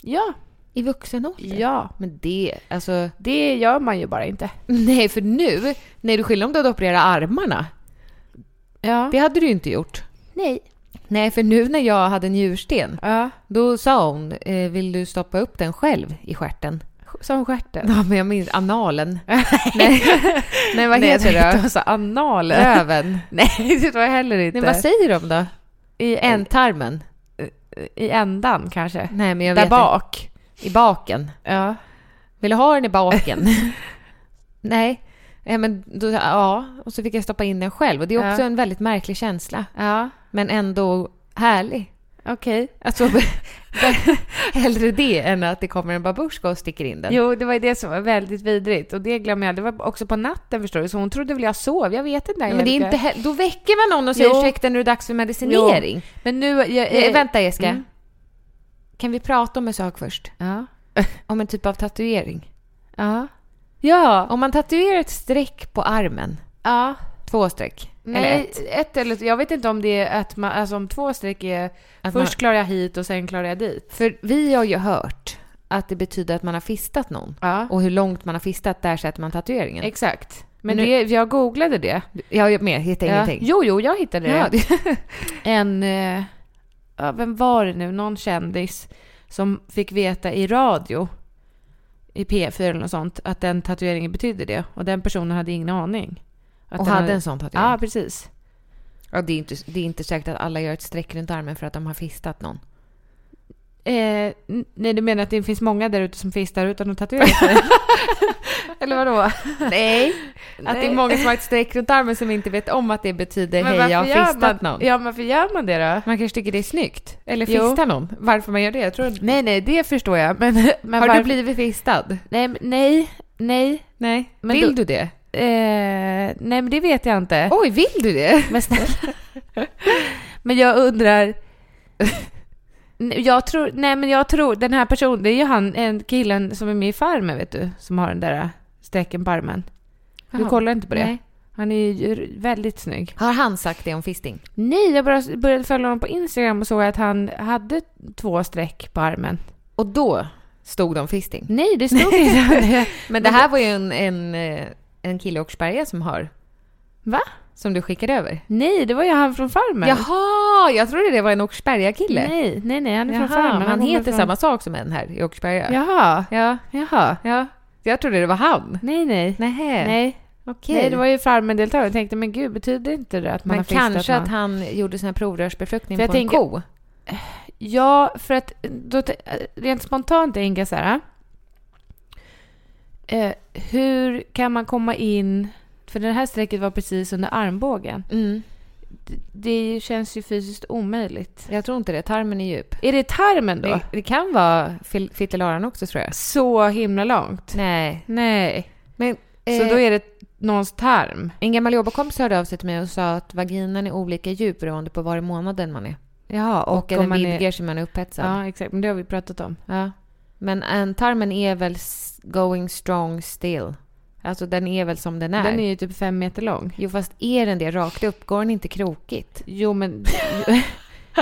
[SPEAKER 2] ja,
[SPEAKER 1] I vuxen ålder?
[SPEAKER 2] ja.
[SPEAKER 1] Men det, alltså...
[SPEAKER 2] Det gör man ju bara inte.
[SPEAKER 1] Nej, för nu, nej du skillnad om du hade opererat armarna.
[SPEAKER 2] Ja.
[SPEAKER 1] Det hade du ju inte gjort.
[SPEAKER 2] Nej.
[SPEAKER 1] Nej, för nu när jag hade njursten,
[SPEAKER 2] Ja.
[SPEAKER 1] då sa hon, eh, vill du stoppa upp den själv i stjärten?
[SPEAKER 2] Som stjärten.
[SPEAKER 1] Ja, men jag minns
[SPEAKER 2] [LAUGHS]
[SPEAKER 1] analen. nej. nej, vad heter det?
[SPEAKER 2] Alltså analen.
[SPEAKER 1] Röven.
[SPEAKER 2] Nej, [LAUGHS] det var heller inte.
[SPEAKER 1] Nej, vad säger de då?
[SPEAKER 2] I, en,
[SPEAKER 1] Ändtarmen?
[SPEAKER 2] I ändan kanske.
[SPEAKER 1] Nej, men jag
[SPEAKER 2] Där
[SPEAKER 1] vet
[SPEAKER 2] bak.
[SPEAKER 1] inte. I baken.
[SPEAKER 2] Ja.
[SPEAKER 1] Vill du ha den i
[SPEAKER 2] [LAUGHS]
[SPEAKER 1] baken? nej. Ja, men då, ja, och så fick jag stoppa in den själv. Och det är också
[SPEAKER 2] Ja.
[SPEAKER 1] en väldigt märklig känsla.
[SPEAKER 2] Ja.
[SPEAKER 1] Men ändå härlig.
[SPEAKER 2] Okej.
[SPEAKER 1] Alltså, [LAUGHS] hellre det än att det kommer en babuska och sticker in den.
[SPEAKER 2] Jo, det var ju det som var väldigt vidrigt. Och det glömmer jag. Det var också på natten förstår du. Så hon trodde väl jag sov. Jag vet inte.
[SPEAKER 1] Nej, men det är
[SPEAKER 2] Angelica.
[SPEAKER 1] inte he- då väcker man någon och säger
[SPEAKER 2] Jo.
[SPEAKER 1] ursäkta nu är det dags för medicinering.
[SPEAKER 2] Men nu... Jag, jag,
[SPEAKER 1] Eh, vänta Jessica.
[SPEAKER 2] Mm.
[SPEAKER 1] Kan vi prata om en sak först?
[SPEAKER 2] Ja.
[SPEAKER 1] [LAUGHS] Om en typ av tatuering.
[SPEAKER 2] Ja. Ja.
[SPEAKER 1] Om man tatuerar ett streck på armen,
[SPEAKER 2] ja.
[SPEAKER 1] två streck, eller
[SPEAKER 2] Nej,
[SPEAKER 1] ett.
[SPEAKER 2] ett. eller Jag vet inte om det är att man... Alltså om två streck är...
[SPEAKER 1] Att
[SPEAKER 2] först
[SPEAKER 1] man-
[SPEAKER 2] klarar jag hit och sen klarar jag dit.
[SPEAKER 1] För vi har ju hört att det betyder att man har fistat någon.
[SPEAKER 2] Ja.
[SPEAKER 1] Och hur långt man har fistat, där sätter man tatueringen.
[SPEAKER 2] Exakt. Men
[SPEAKER 1] Nu-
[SPEAKER 2] det, jag googlade det.
[SPEAKER 1] jag är med, hittar
[SPEAKER 2] Ja.
[SPEAKER 1] ingenting.
[SPEAKER 2] Jo, jo, jag hittade det.
[SPEAKER 1] Ja, det-
[SPEAKER 2] [LAUGHS] en... Eh, ja, vem var det nu? Någon kändis som fick veta i radio i P4 eller något sånt att den tatueringen betyder det. Och den personen hade ingen aning. Att
[SPEAKER 1] Och
[SPEAKER 2] den
[SPEAKER 1] hade en sån tatuering?
[SPEAKER 2] Ja, precis.
[SPEAKER 1] Ja, det, är inte, det är inte säkert att alla gör ett streck runt armen för att de har fistat någon.
[SPEAKER 2] Eh, n- nej, du menar att det finns många där ute som fistar utan att
[SPEAKER 1] [LAUGHS]
[SPEAKER 2] tatuera sig? eller vadå?
[SPEAKER 1] [LAUGHS] Nej. Att det är
[SPEAKER 2] Nej.
[SPEAKER 1] många som har ett streck runt armen som inte vet om att det betyder hej, jag har
[SPEAKER 2] gör
[SPEAKER 1] fistat
[SPEAKER 2] man,
[SPEAKER 1] någon.
[SPEAKER 2] Ja, men varför gör man det då?
[SPEAKER 1] Man kanske tycker det är snyggt. Eller
[SPEAKER 2] Jo.
[SPEAKER 1] fista någon. Varför man gör det? Jag tror att...
[SPEAKER 2] Nej, nej, det förstår jag. Men, men
[SPEAKER 1] har
[SPEAKER 2] varför-
[SPEAKER 1] du blivit fistad?
[SPEAKER 2] Nej, men- nej, nej.
[SPEAKER 1] Nej.
[SPEAKER 2] Men
[SPEAKER 1] vill du
[SPEAKER 2] då-
[SPEAKER 1] det?
[SPEAKER 2] Eh, nej, men det vet jag inte.
[SPEAKER 1] Oj, vill du det?
[SPEAKER 2] Men snälla. men jag undrar... Nej, Jag tror, nej men jag tror, den här personen, det är ju han, en killen som är med i Farmen vet du, som har den där äh, strecken på armen. Du
[SPEAKER 1] Jaha.
[SPEAKER 2] kollar inte på det?
[SPEAKER 1] Nej.
[SPEAKER 2] Han är ju r- väldigt snygg.
[SPEAKER 1] [LAUGHS] Har han sagt det om fisting?
[SPEAKER 2] Nej, jag bara började följa honom på Instagram och såg att han hade två streck på armen.
[SPEAKER 1] Och då stod de fisting.
[SPEAKER 2] Nej, det
[SPEAKER 1] [LAUGHS]
[SPEAKER 2] stod inte.
[SPEAKER 1] Men det här var ju en, en, eh, en kille i Åkersberga som har,
[SPEAKER 2] Va?
[SPEAKER 1] som du skickade över.
[SPEAKER 2] Nej, det var ju han från Farmen.
[SPEAKER 1] Jaha, jag trodde det var en Åkersberga-kille.
[SPEAKER 2] Nej, nej, nej, han är
[SPEAKER 1] Jaha,
[SPEAKER 2] från Farmen.
[SPEAKER 1] han
[SPEAKER 2] kommer
[SPEAKER 1] heter
[SPEAKER 2] från...
[SPEAKER 1] samma sak som en här i Åkersberga.
[SPEAKER 2] Jaha,
[SPEAKER 1] ja.
[SPEAKER 2] jaha.
[SPEAKER 1] ja. Jag trodde det var han.
[SPEAKER 2] Nej, nej.
[SPEAKER 1] Nähä.
[SPEAKER 2] Nej.
[SPEAKER 1] Okej.
[SPEAKER 2] Nej, det var ju Farmen-deltagare. Jag tänkte, men gud, betyder inte det att man
[SPEAKER 1] Men
[SPEAKER 2] har fistat
[SPEAKER 1] kanske
[SPEAKER 2] någon?
[SPEAKER 1] att han gjorde sån här provrörsbefruktning
[SPEAKER 2] För jag
[SPEAKER 1] på
[SPEAKER 2] tänker-
[SPEAKER 1] en ko.
[SPEAKER 2] Ja, för att eh, då, t- rent spontant tänker jag så här. Eh, hur kan man komma in... För det här strecket var precis under armbågen.
[SPEAKER 1] Mm.
[SPEAKER 2] D- Det känns ju fysiskt omöjligt.
[SPEAKER 1] Jag tror inte det. Tarmen är djup.
[SPEAKER 2] Är det tarmen då?
[SPEAKER 1] Det, det kan vara fil- fittilaran också tror jag.
[SPEAKER 2] Så himla långt?
[SPEAKER 1] Nej.
[SPEAKER 2] Nej. Eh,
[SPEAKER 1] Men, eh,
[SPEAKER 2] Så då är det någons tarm?
[SPEAKER 1] En gammal jobbarkompis hörde av sig till mig och sa att vaginan är olika djup beroende på var i månaden man är.
[SPEAKER 2] Ja,
[SPEAKER 1] Och, att den
[SPEAKER 2] man
[SPEAKER 1] vidgar
[SPEAKER 2] är...
[SPEAKER 1] sig när man är upphetsad.
[SPEAKER 2] Ja, exakt. Men det har vi pratat om.
[SPEAKER 1] Ja. Men ändtarmen är väl s- going strong still? Alltså den är väl som den är?
[SPEAKER 2] Den är ju typ fem meter lång.
[SPEAKER 1] Jo, fast är den det rakt upp? Går den inte krokigt?
[SPEAKER 2] Jo men, [LAUGHS]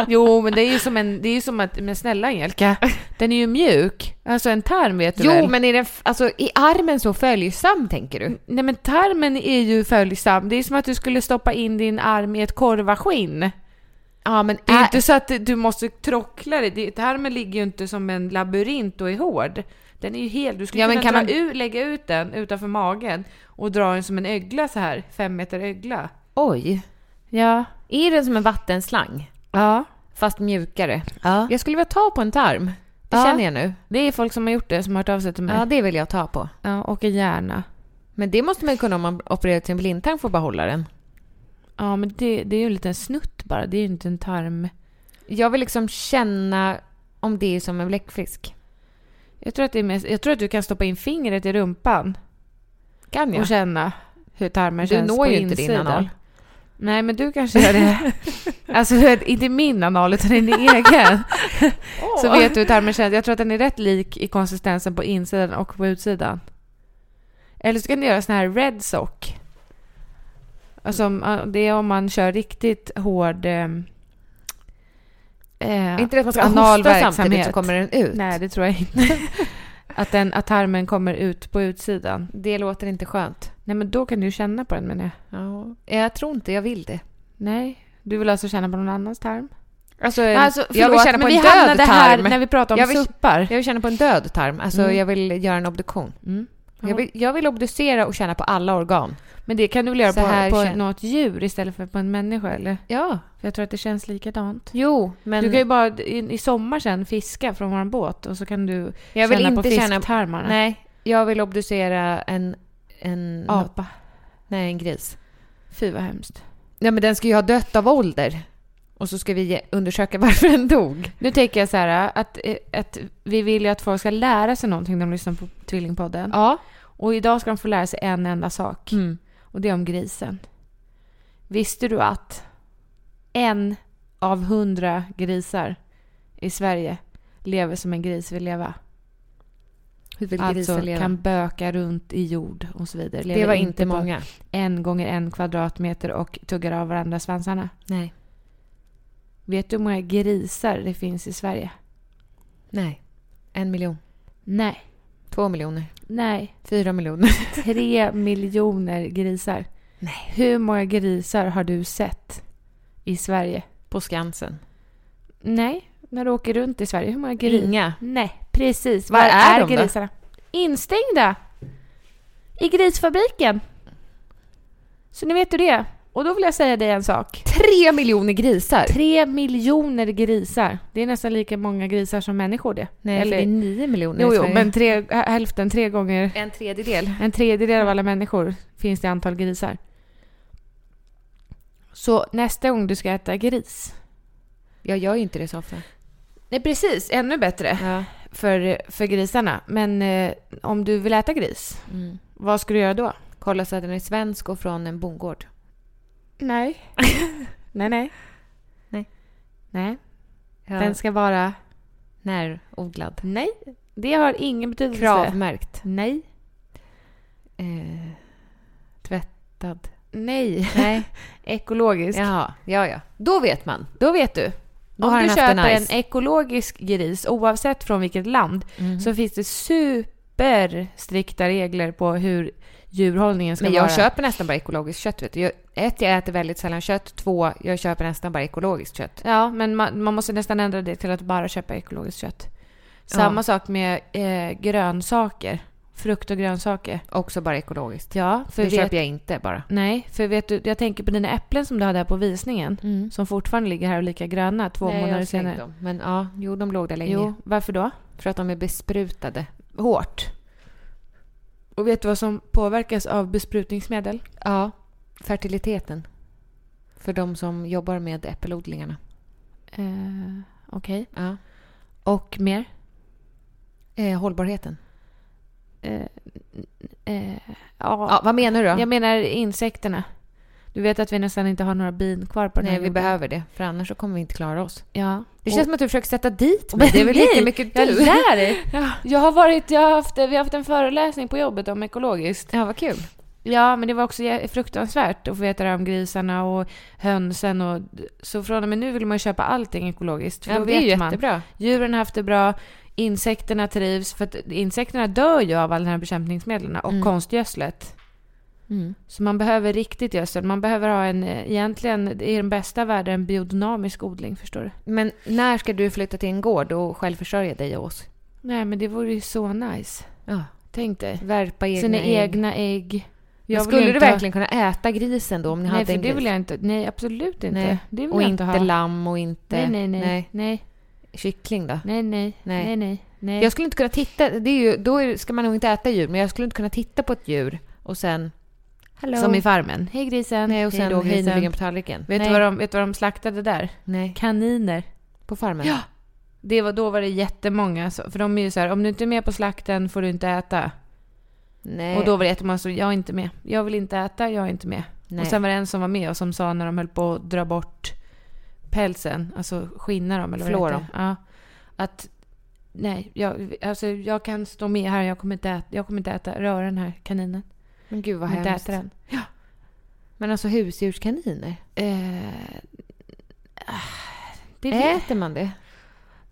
[SPEAKER 2] jo, men det är ju som, en, det är ju som att, men snälla Angelica, den är ju mjuk. Alltså en tarm vet du
[SPEAKER 1] Jo,
[SPEAKER 2] väl? Mm.
[SPEAKER 1] men är den f- alltså, i armen så följsam, tänker du?
[SPEAKER 2] Nej men tarmen är ju följsam. Det är som att du skulle stoppa in din arm i ett korvaskinn.
[SPEAKER 1] Ja, men
[SPEAKER 2] Det är
[SPEAKER 1] ä-
[SPEAKER 2] inte så att du måste trockla det. det. Tarmen ligger ju inte som en labyrint och är hård. Den är ju hel. Du skulle
[SPEAKER 1] Ja, men
[SPEAKER 2] kunna
[SPEAKER 1] kan
[SPEAKER 2] dra
[SPEAKER 1] man-
[SPEAKER 2] ut, lägga ut den utanför magen och dra den som en ögla så här, fem meter ögla.
[SPEAKER 1] Oj.
[SPEAKER 2] Ja.
[SPEAKER 1] Är den som en vattenslang?
[SPEAKER 2] Ja.
[SPEAKER 1] Fast mjukare?
[SPEAKER 2] ja.
[SPEAKER 1] Jag skulle vilja ta på en tarm. Det
[SPEAKER 2] Ja.
[SPEAKER 1] känner jag nu.
[SPEAKER 2] Det är folk som har gjort det, som har hört av sig till mig.
[SPEAKER 1] Ja, det vill jag ta på.
[SPEAKER 2] Ja, och en hjärna.
[SPEAKER 1] Men det måste man ju kunna om man opererar till en blindtarm för att behålla den.
[SPEAKER 2] Ja, men det, det är ju en liten snutt bara. Det är ju inte en tarm.
[SPEAKER 1] Jag vill liksom känna om det är som en bläckfisk.
[SPEAKER 2] Jag tror att, det är mest, jag tror att du kan stoppa in fingret i rumpan
[SPEAKER 1] Kan
[SPEAKER 2] och känna hur tarmen
[SPEAKER 1] Du
[SPEAKER 2] känns
[SPEAKER 1] når
[SPEAKER 2] på
[SPEAKER 1] ju inte din
[SPEAKER 2] insidan.
[SPEAKER 1] anal.
[SPEAKER 2] Nej, men du kanske
[SPEAKER 1] [LAUGHS]
[SPEAKER 2] gör det. alltså, du vet, inte min anal, utan din egen. Så vet du hur tarmen känns. Jag tror att den är rätt lik i konsistensen på insidan och på utsidan. Eller så kan du göra sån här red sock. Alltså, om- ja, det är om man kör riktigt hård... Eh, eh,
[SPEAKER 1] Inte det att man ska hosta
[SPEAKER 2] analverksamhet.
[SPEAKER 1] samtidigt så kommer den ut.
[SPEAKER 2] Nej, det tror jag inte.
[SPEAKER 1] [LAUGHS]
[SPEAKER 2] att, den, att tarmen kommer ut på utsidan.
[SPEAKER 1] Det låter inte skönt.
[SPEAKER 2] Nej, men då kan du ju känna på den menar jag.
[SPEAKER 1] Ja. Jag tror inte jag vill det.
[SPEAKER 2] Nej, du vill alltså känna på någon annans tarm?
[SPEAKER 1] Alltså,
[SPEAKER 2] Alltså,
[SPEAKER 1] jag vill
[SPEAKER 2] förlåt,
[SPEAKER 1] känna på
[SPEAKER 2] men
[SPEAKER 1] en
[SPEAKER 2] vi
[SPEAKER 1] död
[SPEAKER 2] hamnade här
[SPEAKER 1] tarm.
[SPEAKER 2] när vi pratade om
[SPEAKER 1] Jag vill-
[SPEAKER 2] suppar.
[SPEAKER 1] Jag vill känna på en död tarm. Alltså,
[SPEAKER 2] Mm.
[SPEAKER 1] jag vill göra en obduktion.
[SPEAKER 2] Mm.
[SPEAKER 1] Jag, vill, jag vill obducera och känna på alla organ.
[SPEAKER 2] Men det kan du väl
[SPEAKER 1] Så här
[SPEAKER 2] göra på, på
[SPEAKER 1] kän-
[SPEAKER 2] något djur istället för på en människa? Eller?
[SPEAKER 1] Ja.
[SPEAKER 2] För jag tror att det känns likadant.
[SPEAKER 1] Jo, men
[SPEAKER 2] Du kan ju bara i, i sommar sen fiska från vår båt och så kan du
[SPEAKER 1] jag vill
[SPEAKER 2] känna
[SPEAKER 1] inte
[SPEAKER 2] på
[SPEAKER 1] känna...
[SPEAKER 2] fisktarmarna.
[SPEAKER 1] Nej, jag vill obducera en... en
[SPEAKER 2] Apa.
[SPEAKER 1] Nej, en gris.
[SPEAKER 2] Fy vad hemskt.
[SPEAKER 1] Nej, men den ska ju ha dött av ålder. Och så ska vi ge- undersöka [LAUGHS] varför den dog.
[SPEAKER 2] Nu tänker jag så här att, eh, att vi vill ju att folk ska lära sig någonting när de lyssnar på Tvillingpodden.
[SPEAKER 1] Ja.
[SPEAKER 2] Och idag ska de få lära sig en enda sak.
[SPEAKER 1] Mm.
[SPEAKER 2] Och det är om grisen. Visste du att en av hundra grisar i Sverige lever som en gris vill leva?
[SPEAKER 1] Hur vill
[SPEAKER 2] Alltså
[SPEAKER 1] grisen leva?
[SPEAKER 2] kan böka runt i jord och så vidare.
[SPEAKER 1] det
[SPEAKER 2] Lever
[SPEAKER 1] var inte
[SPEAKER 2] på
[SPEAKER 1] många.
[SPEAKER 2] En gånger en kvadratmeter och tuggar av varandra svansarna.
[SPEAKER 1] Nej.
[SPEAKER 2] Vet du hur många grisar det finns i Sverige?
[SPEAKER 1] Nej. En miljon.
[SPEAKER 2] Nej.
[SPEAKER 1] Två miljoner.
[SPEAKER 2] Nej.
[SPEAKER 1] Fyra miljoner.
[SPEAKER 2] Tre miljoner grisar.
[SPEAKER 1] Nej.
[SPEAKER 2] Hur många grisar har du sett i Sverige?
[SPEAKER 1] [LAUGHS] På Skansen.
[SPEAKER 2] Nej, när du åker runt i Sverige. Hur många grisar?
[SPEAKER 1] Inga.
[SPEAKER 2] Nej, precis.
[SPEAKER 1] Var är de då?
[SPEAKER 2] grisarna? instängda i grisfabriken. Så ni vet ju det. Och då vill jag säga dig en sak.
[SPEAKER 1] Tre miljoner grisar!
[SPEAKER 2] Tre miljoner grisar. Det är nästan lika många grisar som människor det.
[SPEAKER 1] Nej, för det är nio miljoner
[SPEAKER 2] Jo,
[SPEAKER 1] i
[SPEAKER 2] jo,
[SPEAKER 1] Sverige.
[SPEAKER 2] men tre, hälften, tre gånger
[SPEAKER 1] En tredjedel.
[SPEAKER 2] en tredjedel av alla människor finns det i antal grisar. Så nästa gång du ska äta gris.
[SPEAKER 1] Jag gör ju inte det så ofta.
[SPEAKER 2] Nej precis, ännu bättre
[SPEAKER 1] Ja.
[SPEAKER 2] för, för grisarna. Men eh, om du vill äta gris,
[SPEAKER 1] Mm.
[SPEAKER 2] vad ska du göra då?
[SPEAKER 1] Kolla så att den är svensk och från en bondgård.
[SPEAKER 2] Nej. [LAUGHS] nej, nej.
[SPEAKER 1] Nej.
[SPEAKER 2] Nej.
[SPEAKER 1] Ja.
[SPEAKER 2] Den ska vara...
[SPEAKER 1] närodlad.
[SPEAKER 2] Nej. Det har ingen
[SPEAKER 1] Mm.
[SPEAKER 2] betydelse.
[SPEAKER 1] Kravmärkt.
[SPEAKER 2] Nej.
[SPEAKER 1] Eh, tvättad.
[SPEAKER 2] Nej.
[SPEAKER 1] Nej.
[SPEAKER 2] [LAUGHS] Ekologisk.
[SPEAKER 1] Jaha, ja ja. Då vet man.
[SPEAKER 2] Då vet du.
[SPEAKER 1] Då har
[SPEAKER 2] Om du
[SPEAKER 1] den haft en
[SPEAKER 2] köper en,
[SPEAKER 1] nice.
[SPEAKER 2] ekologisk gris, oavsett från vilket land,
[SPEAKER 1] Mhm.
[SPEAKER 2] så finns det superstrikta regler på hur djurhållningen ska
[SPEAKER 1] Men jag
[SPEAKER 2] vara.
[SPEAKER 1] köper nästan bara ekologiskt kött. Vet du. Jag, ett, jag äter väldigt sällan kött. Två, jag köper nästan bara ekologiskt kött.
[SPEAKER 2] Ja, men man, man måste nästan ändra det till att bara köpa ekologiskt kött. Samma
[SPEAKER 1] Ja.
[SPEAKER 2] sak med eh, grönsaker. Frukt och grönsaker.
[SPEAKER 1] Också bara ekologiskt.
[SPEAKER 2] Ja, för
[SPEAKER 1] det
[SPEAKER 2] vet,
[SPEAKER 1] köper jag inte bara.
[SPEAKER 2] Nej, för vet du, jag tänker på dina äpplen som du hade här på visningen. Som fortfarande ligger här och är lika gröna två
[SPEAKER 1] Mm. Nej, jag
[SPEAKER 2] månader
[SPEAKER 1] har slängt
[SPEAKER 2] senare.
[SPEAKER 1] Dem. Men ja, jo, de låg där länge.
[SPEAKER 2] Jo, varför då?
[SPEAKER 1] För att de är besprutade.
[SPEAKER 2] hårt. Och vet du vad som påverkas av besprutningsmedel?
[SPEAKER 1] Ja, fertiliteten. För de som jobbar med äppelodlingarna.
[SPEAKER 2] Eh, Okej.
[SPEAKER 1] Ja.
[SPEAKER 2] Och mer?
[SPEAKER 1] Eh, hållbarheten.
[SPEAKER 2] Eh,
[SPEAKER 1] Ja, vad menar du då?
[SPEAKER 2] Jag menar insekterna. Du vet att vi nästan inte har några bin kvar på den
[SPEAKER 1] Nej,
[SPEAKER 2] här
[SPEAKER 1] vi
[SPEAKER 2] jorden.
[SPEAKER 1] behöver det. För annars så kommer vi inte klara oss.
[SPEAKER 2] Ja.
[SPEAKER 1] Det
[SPEAKER 2] Och-
[SPEAKER 1] känns som att du försöker sätta dit mig. Det är väl
[SPEAKER 2] Nej,
[SPEAKER 1] lika mycket
[SPEAKER 2] Jag
[SPEAKER 1] du? [LAUGHS]
[SPEAKER 2] lär dig. Jag har varit, jag har haft, vi har haft en föreläsning på jobbet om ekologiskt.
[SPEAKER 1] Ja, vad kul.
[SPEAKER 2] Ja, men det var också jä- fruktansvärt att få veta det här om grisarna och hönsen och... Så från och med nu vill man ju köpa allting ekologiskt. För
[SPEAKER 1] Ja,
[SPEAKER 2] då
[SPEAKER 1] det är
[SPEAKER 2] vet
[SPEAKER 1] ju
[SPEAKER 2] man.
[SPEAKER 1] jättebra.
[SPEAKER 2] Djuren har haft det bra, insekterna trivs. För att insekterna dör ju av alla de här bekämpningsmedlen
[SPEAKER 1] Mm.
[SPEAKER 2] och konstgödslet. Så man behöver riktigt gödsel. Man behöver ha en, eh, egentligen i den bästa världen, en biodynamisk odling. Förstår du?
[SPEAKER 1] Men när ska du flytta till en gård och självförsörja dig och oss?
[SPEAKER 2] Nej, men det vore ju så nice.
[SPEAKER 1] Ja.
[SPEAKER 2] Tänk dig.
[SPEAKER 1] Värpa egna
[SPEAKER 2] Sina
[SPEAKER 1] ägg.
[SPEAKER 2] egna ägg.
[SPEAKER 1] Men
[SPEAKER 2] Jag vill ju
[SPEAKER 1] skulle du
[SPEAKER 2] inte ha-
[SPEAKER 1] verkligen kunna äta grisen då om ni
[SPEAKER 2] Nej,
[SPEAKER 1] hade
[SPEAKER 2] för
[SPEAKER 1] en
[SPEAKER 2] det
[SPEAKER 1] gris?
[SPEAKER 2] vill jag inte. Nej, absolut inte.
[SPEAKER 1] Nej.
[SPEAKER 2] Det vill
[SPEAKER 1] och
[SPEAKER 2] jag
[SPEAKER 1] inte
[SPEAKER 2] ha.
[SPEAKER 1] lamm och inte...
[SPEAKER 2] Nej, nej, nej. Nej, nej,
[SPEAKER 1] Kyckling då?
[SPEAKER 2] nej. nej,
[SPEAKER 1] Nej.
[SPEAKER 2] nej, nej,
[SPEAKER 1] Jag skulle inte kunna titta... Det är ju, då är- ska man nog inte äta djur, men jag skulle inte kunna titta på ett djur och sen... Hallå.
[SPEAKER 2] Som i Farmen. Hej grisen.
[SPEAKER 1] Nej, och
[SPEAKER 2] Hej
[SPEAKER 1] sen
[SPEAKER 2] då,
[SPEAKER 1] hej
[SPEAKER 2] grisen.
[SPEAKER 1] nyligen på tallriken.
[SPEAKER 2] Vet
[SPEAKER 1] nej.
[SPEAKER 2] du, vad de, vet du vad de slaktade där?
[SPEAKER 1] Nej.
[SPEAKER 2] Kaniner.
[SPEAKER 1] På farmen?
[SPEAKER 2] Ja. Det var, då var det jättemånga. Så, för de är ju så här, om du inte är med på slakten får du inte äta.
[SPEAKER 1] Nej.
[SPEAKER 2] Och då var det jättemånga som, jag är inte med. Jag vill inte äta, jag är inte med.
[SPEAKER 1] Nej.
[SPEAKER 2] Och sen var det en som var med och som sa när de höll på att dra bort pälsen, alltså skinna dem eller
[SPEAKER 1] Flå
[SPEAKER 2] vad det heter. Ja, Att nej, jag, alltså, jag kan stå med här, jag kommer inte äta, jag kommer inte äta röra den här kaninen.
[SPEAKER 1] Men gud vad
[SPEAKER 2] Jag kommer inte
[SPEAKER 1] hemskt.
[SPEAKER 2] äta den.
[SPEAKER 1] Men alltså husdjurskaniner?
[SPEAKER 2] Eh, ah, det vet-
[SPEAKER 1] Äter man det?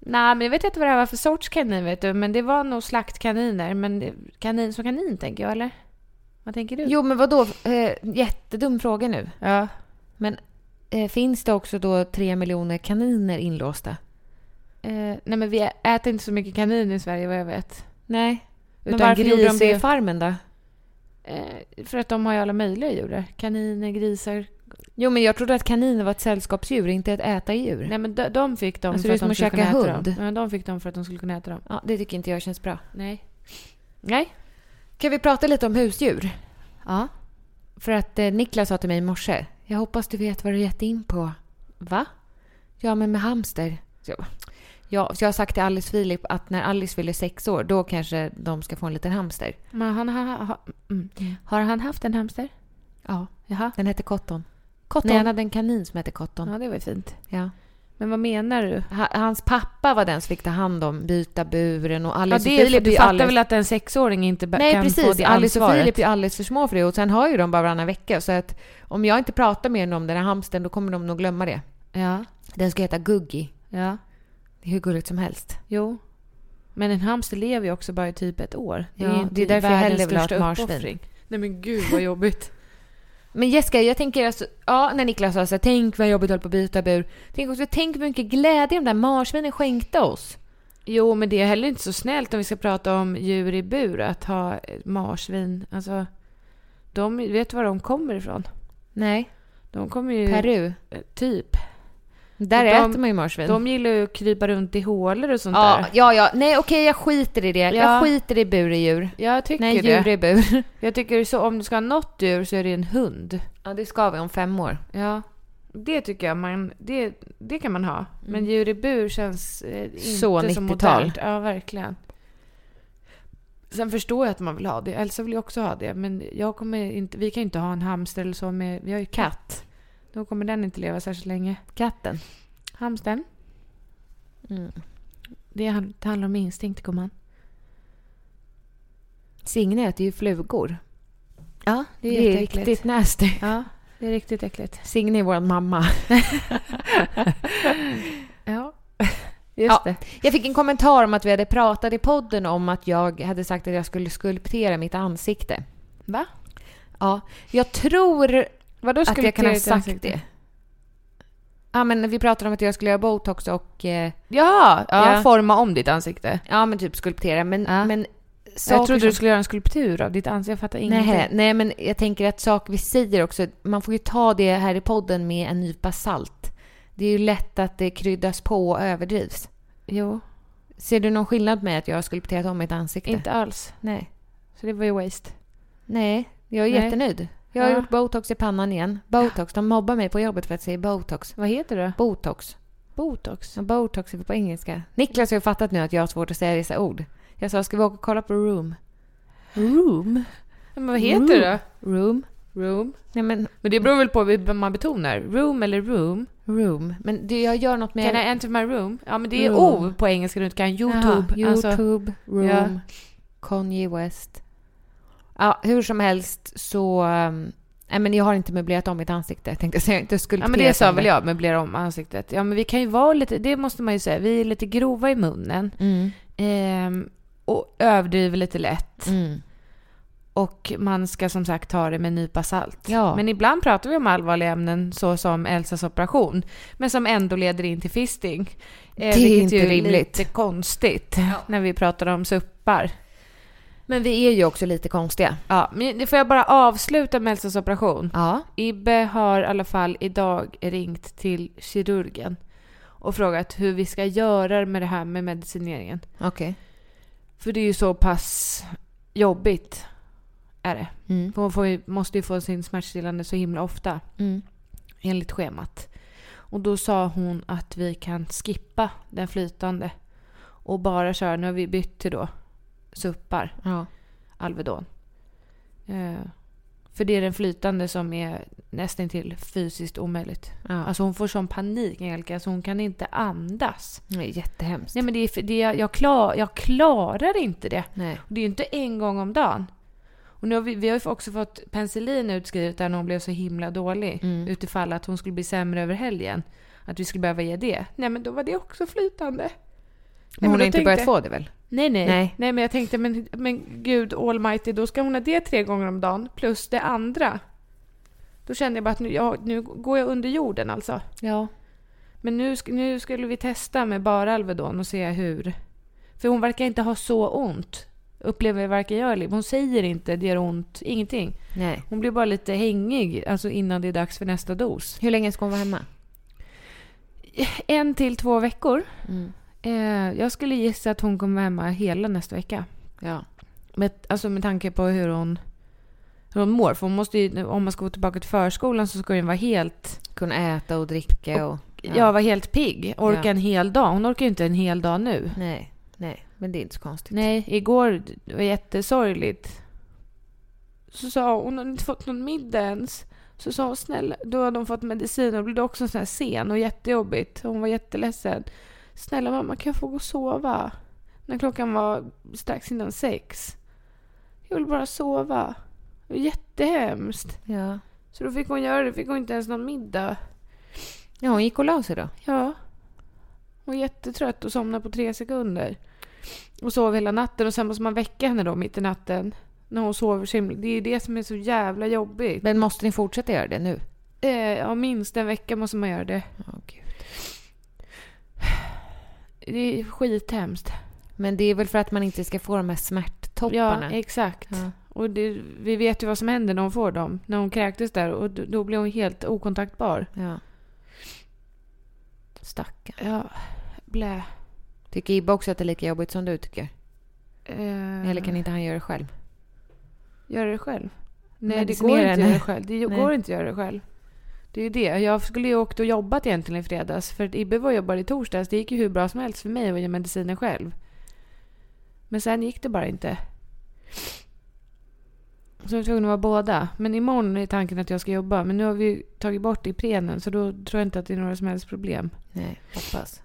[SPEAKER 2] Nej, men jag vet inte vad det här var för sorts kanin, vet du. Men det var nog slaktkaniner. Men det- kanin som kanin, tänker jag, eller? Vad tänker du?
[SPEAKER 1] Jo, men vad då? Eh, jättedum fråga nu.
[SPEAKER 2] Ja.
[SPEAKER 1] Men eh, finns det också då tre miljoner kaniner inlåsta?
[SPEAKER 2] Eh, nej, men vi äter inte så mycket kanin i Sverige, vad jag vet.
[SPEAKER 1] Nej. Men
[SPEAKER 2] Utan
[SPEAKER 1] varför gjorde de
[SPEAKER 2] gris
[SPEAKER 1] det i
[SPEAKER 2] är-
[SPEAKER 1] farmen då?
[SPEAKER 2] Eh, för att de har ju alla möjliga djur där. Kaniner, grisar.
[SPEAKER 1] Jo, men jag trodde att kaniner var ett sällskapsdjur, inte ett ätardjur.
[SPEAKER 2] Nej, men de, de fick dem
[SPEAKER 1] Alltså,
[SPEAKER 2] för
[SPEAKER 1] det är
[SPEAKER 2] att
[SPEAKER 1] som
[SPEAKER 2] de
[SPEAKER 1] att
[SPEAKER 2] skulle
[SPEAKER 1] käka
[SPEAKER 2] kunna äta
[SPEAKER 1] hund.
[SPEAKER 2] dem. Ja, de fick dem för att de skulle kunna äta dem.
[SPEAKER 1] Ja, det tycker inte jag känns bra.
[SPEAKER 2] Nej. Nej.
[SPEAKER 1] Kan vi prata lite om husdjur?
[SPEAKER 2] Ja.
[SPEAKER 1] För att eh, Niklas sa till mig i morse, jag hoppas du vet vad du gett in på. Va? Ja, men med hamster. Så jag, bara, ja, så jag har sagt till Alice Filip att när Alice fyller sex år, då kanske de ska få en liten hamster.
[SPEAKER 2] Men han har... Ha, mm. Har han haft en hamster?
[SPEAKER 1] Ja.
[SPEAKER 2] Jaha.
[SPEAKER 1] Den hette Cotton.
[SPEAKER 2] Cotton?
[SPEAKER 1] Nej, han hade en kanin som hette Cotton.
[SPEAKER 2] Ja, det var ju fint.
[SPEAKER 1] Ja.
[SPEAKER 2] Men vad menar du?
[SPEAKER 1] Ha- Hans pappa var den som fick ta hand om, byta buren och
[SPEAKER 2] Ja,
[SPEAKER 1] Alice
[SPEAKER 2] det
[SPEAKER 1] och
[SPEAKER 2] är,
[SPEAKER 1] Filip är
[SPEAKER 2] du
[SPEAKER 1] ju
[SPEAKER 2] fattar
[SPEAKER 1] alldeles-
[SPEAKER 2] väl att en sexåring inte be-
[SPEAKER 1] Nej,
[SPEAKER 2] kan få
[SPEAKER 1] precis.
[SPEAKER 2] det
[SPEAKER 1] Alice och
[SPEAKER 2] ansvaret?
[SPEAKER 1] Filip är ju alldeles för små för det. Och sen har ju de bara varannan vecka. Så att om jag inte pratar med dem om den här hamstern, då kommer de nog glömma det.
[SPEAKER 2] Ja,
[SPEAKER 1] Den ska heta Guggi.
[SPEAKER 2] ja,
[SPEAKER 1] Det är hur gulligt som helst.
[SPEAKER 2] jo. Men en hamster lever ju också bara i typ ett år.
[SPEAKER 1] Ja,
[SPEAKER 2] inte
[SPEAKER 1] det är därför jag
[SPEAKER 2] världens
[SPEAKER 1] hellre vill ha ett
[SPEAKER 2] största
[SPEAKER 1] marsvin.
[SPEAKER 2] uppoffring. Nej men gud vad jobbigt.
[SPEAKER 1] Men Jessica, jag tänker alltså, ja, när Niklas sa så här, tänk vad jobbigt att hålla på att byta bur. Tänk också, tänk hur mycket glädje de där marsvinen skänkte oss.
[SPEAKER 2] [LAUGHS] Jo, men det är heller inte så snällt om vi ska prata om djur i bur, att ha eh, marsvin. Alltså, de vet var de kommer ifrån.
[SPEAKER 1] Nej.
[SPEAKER 2] De kommer ju...
[SPEAKER 1] Peru.
[SPEAKER 2] Typ.
[SPEAKER 1] Där
[SPEAKER 2] De-
[SPEAKER 1] äter man ju marsvin.
[SPEAKER 2] De gillar ju att krypa runt i hålor och sånt
[SPEAKER 1] ja,
[SPEAKER 2] där.
[SPEAKER 1] ja, ja. Nej, okej, jag skiter i det.
[SPEAKER 2] Ja.
[SPEAKER 1] Jag skiter i burdjur.
[SPEAKER 2] Jag tycker
[SPEAKER 1] Nej,
[SPEAKER 2] det.
[SPEAKER 1] djur i bur. [LAUGHS]
[SPEAKER 2] Jag tycker så, om du ska ha något djur så är det en hund.
[SPEAKER 1] Ja, det ska vi om fem år.
[SPEAKER 2] Ja. Det tycker jag man, det, det kan man ha. Men djur i bur känns eh, inte
[SPEAKER 1] Så
[SPEAKER 2] Mm. så
[SPEAKER 1] 90-tal.
[SPEAKER 2] modernt. Ja, verkligen. Sen förstår jag att man vill ha det. Elsa vill ju också ha det. Men jag kommer inte, vi kan ju inte ha en hamster eller så med, vi har ju katt. Då kommer den inte leva särskilt länge.
[SPEAKER 1] Katten.
[SPEAKER 2] Hamstern. Mm. Det han- det handlar om instinkt, gumman.
[SPEAKER 1] Signe äter ju flugor.
[SPEAKER 2] Ja, det är,
[SPEAKER 1] Det är
[SPEAKER 2] jätteäckligt.
[SPEAKER 1] riktigt nasty.
[SPEAKER 2] Ja, det är riktigt äckligt.
[SPEAKER 1] Signe är vår mamma.
[SPEAKER 2] Ja,
[SPEAKER 1] Just
[SPEAKER 2] det.
[SPEAKER 1] det. Jag fick en kommentar om att vi hade pratat i podden om att jag hade sagt att jag skulle skulptera mitt ansikte.
[SPEAKER 2] Va?
[SPEAKER 1] Ja, jag tror
[SPEAKER 2] Vadå
[SPEAKER 1] att jag kan ha
[SPEAKER 2] ditt
[SPEAKER 1] sagt
[SPEAKER 2] ansikte?
[SPEAKER 1] det. Ja, men vi pratade om att jag skulle göra botox och eh,
[SPEAKER 2] Ja, ja,
[SPEAKER 1] Ja.
[SPEAKER 2] forma om ditt ansikte.
[SPEAKER 1] ja, men typ skulptera. Men,
[SPEAKER 2] Ja.
[SPEAKER 1] men
[SPEAKER 2] Så jag trodde du
[SPEAKER 1] som-
[SPEAKER 2] skulle göra en skulptur av ditt ansikte. Jag fattar ingenting.
[SPEAKER 1] Nej, nej, men jag tänker att saker vi säger också, man får ju ta det här i podden med en nypa salt. Det är ju lätt att det kryddas på och överdrivs.
[SPEAKER 2] Jo,
[SPEAKER 1] Ser du någon skillnad med att jag har skulpterat om mitt ansikte?
[SPEAKER 2] inte alls.
[SPEAKER 1] Nej.
[SPEAKER 2] Så det var ju waste.
[SPEAKER 1] Nej, jag är
[SPEAKER 2] Nej.
[SPEAKER 1] jättenöjd. Jag har
[SPEAKER 2] Ja.
[SPEAKER 1] gjort botox i pannan igen. Botox, de mobbar mig på jobbet för att säga botox.
[SPEAKER 2] Vad heter du?
[SPEAKER 1] Botox.
[SPEAKER 2] Botox.
[SPEAKER 1] Ja, Botox är på engelska. Niklas har ju fattat nu att jag har svårt att säga vissa ord. Jag sa, ska vi åka och kolla på room?
[SPEAKER 2] Room? Men vad heter
[SPEAKER 1] Room.
[SPEAKER 2] det
[SPEAKER 1] Room?
[SPEAKER 2] då? Room?
[SPEAKER 1] Nej men,
[SPEAKER 2] Men det beror väl på hur man betonar. Room eller room?
[SPEAKER 1] room. Men det, jag gör något med...
[SPEAKER 2] Can I enter my room? Ja, men det är
[SPEAKER 1] Room.
[SPEAKER 2] O på engelska. Du inte kan
[SPEAKER 1] Jaha,
[SPEAKER 2] YouTube.
[SPEAKER 1] YouTube,
[SPEAKER 2] Alltså,
[SPEAKER 1] room, Kanye West. Ja, hur som helst så... ehm, Nej men jag har inte möblerat om mitt ansikte. Jag tänkte säga, jag har inte skulpterat
[SPEAKER 2] ja, men det sa
[SPEAKER 1] om
[SPEAKER 2] väl jag. Möblera om ansiktet. Ja, men vi kan ju vara lite... Det måste man ju säga. Vi är lite grova i munnen.
[SPEAKER 1] Mm,
[SPEAKER 2] Ehm, och överdriver lite lätt.
[SPEAKER 1] mm.
[SPEAKER 2] Och man ska som sagt ta det med en nypa salt.
[SPEAKER 1] Ja.
[SPEAKER 2] Men ibland pratar vi om allvarliga ämnen så som Elsas operation. Men som ändå leder in till fisting. Eh,
[SPEAKER 1] Det är inte rimligt.
[SPEAKER 2] lite konstigt när vi pratar om suppar.
[SPEAKER 1] Men vi är ju också lite konstiga.
[SPEAKER 2] Ja, men det får jag bara avsluta med Elsas operation.
[SPEAKER 1] Ja.
[SPEAKER 2] Ibbe har i alla fall idag ringt till kirurgen och frågat hur vi ska göra med det här med medicineringen.
[SPEAKER 1] Okej.
[SPEAKER 2] För det är ju så pass jobbigt. Är det.
[SPEAKER 1] Mm.
[SPEAKER 2] Hon får ju, måste ju få sin smärtstillande så himla ofta.
[SPEAKER 1] Mm.
[SPEAKER 2] Enligt schemat. Och då sa hon att vi kan skippa den flytande. Och bara köra, nu har vi bytt till då suppar,
[SPEAKER 1] Ja.
[SPEAKER 2] Alvedon. Eh, för det är den flytande som är nästan till fysiskt omöjligt.
[SPEAKER 1] ja.
[SPEAKER 2] Alltså hon får sån panik Angelica, så hon kan inte andas.
[SPEAKER 1] det är jättehemskt.
[SPEAKER 2] Nej men det är, för- det är, jag, klar, jag klarar inte det.
[SPEAKER 1] Nej.
[SPEAKER 2] Och Det är ju inte en gång om dagen. Och nu har vi, vi har ju också fått penicillin utskrivet där när hon blev så himla dålig.
[SPEAKER 1] Mm.
[SPEAKER 2] Utifall att hon skulle bli sämre över helgen. Att vi skulle behöva ge det. Nej men då var det också flytande.
[SPEAKER 1] Men hon
[SPEAKER 2] då
[SPEAKER 1] har inte
[SPEAKER 2] tänkte-
[SPEAKER 1] börjat få det väl?
[SPEAKER 2] Nej
[SPEAKER 1] Nej.
[SPEAKER 2] nej. Nej, nej men jag tänkte men, men gud almighty då ska hon ha det tre gånger om dagen plus det andra. Då kände jag bara att nu, ja, nu går jag under jorden alltså.
[SPEAKER 1] Ja.
[SPEAKER 2] Men nu, sk- nu skulle vi testa med bara Alvedon och se hur. För hon verkar inte ha så ont. Upplever varken jag eller Hon säger inte det gör ont, ingenting.
[SPEAKER 1] Nej.
[SPEAKER 2] Hon blir bara lite hängig alltså innan det är dags för nästa dos.
[SPEAKER 1] Hur länge ska hon vara hemma?
[SPEAKER 2] En till två veckor. Eh, jag skulle gissa att hon kommer vara hemma hela nästa vecka.
[SPEAKER 1] Ja.
[SPEAKER 2] Med, alltså med tanke på hur hon, hur hon mår. För hon måste ju, om man ska gå tillbaka till förskolan så ska hon vara helt
[SPEAKER 1] Kunna äta och dricka och...
[SPEAKER 2] Ja, vara helt pigg. Orka
[SPEAKER 1] Ja.
[SPEAKER 2] en hel dag. Hon orkar ju inte en hel dag nu.
[SPEAKER 1] Nej. Nej. Men det är inte så konstigt.
[SPEAKER 2] Nej, igår det var jättesorgligt. Så sa hon, hon har inte fått någon middag ens. Så sa hon snälla, då hade hon fått medicin och blev det också en sån här sen och jättejobbigt. Hon var jätteledsen. Snälla mamma, kan jag få gå och sova? När klockan var strax innan sex. Jag vill bara sova. Det var jättehemskt.
[SPEAKER 1] Ja.
[SPEAKER 2] Så då fick hon göra det, fick hon inte ens någon middag.
[SPEAKER 1] Ja, hon gick och la sig då.
[SPEAKER 2] Ja. Hon är jättetrött och somnar på tre sekunder. Och sover hela natten och sen måste man väcka henne då mitt i natten. När hon sover så himla. Det är det som är så jävla jobbigt.
[SPEAKER 1] Men måste ni fortsätta göra det nu?
[SPEAKER 2] Eh, ja, minst en vecka måste man göra det.
[SPEAKER 1] Ja, gud.
[SPEAKER 2] Det är skithemskt.
[SPEAKER 1] Men det är väl för att man inte ska få de här smärttopparna.
[SPEAKER 2] Ja, exakt.
[SPEAKER 1] Ja.
[SPEAKER 2] Och det, vi vet ju vad som händer när hon får dem. När hon kräktes där och då, då blev hon helt okontaktbar.
[SPEAKER 1] ja. Stackarn.
[SPEAKER 2] Ja, blä.
[SPEAKER 1] Tycker Ibbe också att det är lika jobbigt som du tycker?
[SPEAKER 2] Eh,
[SPEAKER 1] Eller kan inte han göra det själv?
[SPEAKER 2] Göra det själv? Nej, det
[SPEAKER 1] Medicinera
[SPEAKER 2] går inte att
[SPEAKER 1] henne.
[SPEAKER 2] göra det själv. Det
[SPEAKER 1] Nej.
[SPEAKER 2] går inte att göra det själv. Det är ju det. Jag skulle ju åkt och jobbat egentligen i fredags. För att Ibbe var och jobbade i torsdags. Det gick ju hur bra som helst för mig att ge medicinen själv. Men sen gick det bara inte. Så jag var tvungen att vara båda. Men imorgon är tanken att jag ska jobba. Men nu har vi ju tagit bort Iprenen så då tror jag inte att det är några som helst problem.
[SPEAKER 1] Nej, hoppas.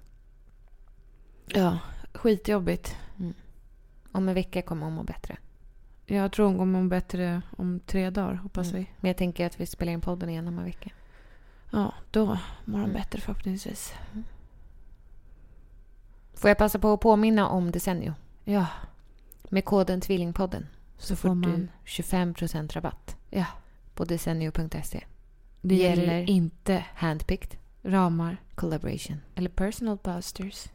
[SPEAKER 2] Ja, skitjobbigt.
[SPEAKER 1] Mm. Om en vecka kommer hon må bättre.
[SPEAKER 2] Jag tror hon kommer må bättre om tre dagar, hoppas vi.
[SPEAKER 1] Men jag tänker att vi spelar in podden igen om en vecka.
[SPEAKER 2] Ja, då mår hon bättre förhoppningsvis.
[SPEAKER 1] Får jag passa på att påminna om Desenio?
[SPEAKER 2] Ja.
[SPEAKER 1] Med koden Tvillingpodden så
[SPEAKER 2] får
[SPEAKER 1] får
[SPEAKER 2] man-
[SPEAKER 1] du 25% rabatt
[SPEAKER 2] Mm. Ja.
[SPEAKER 1] på desenio.se.
[SPEAKER 2] Det gäller,
[SPEAKER 1] Gäller
[SPEAKER 2] inte
[SPEAKER 1] Handpicked
[SPEAKER 2] ramar
[SPEAKER 1] collaboration.
[SPEAKER 2] eller personal busters.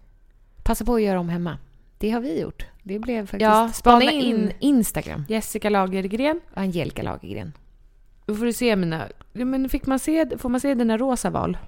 [SPEAKER 1] Passa på att göra om hemma. Det har vi gjort. Det blev faktiskt...
[SPEAKER 2] Ja, spana in.
[SPEAKER 1] Instagram.
[SPEAKER 2] Jessica Lagergren.
[SPEAKER 1] Angelica Lagergren.
[SPEAKER 2] Då får du se mina... Ja, men fick man se, får man se dina rosa val?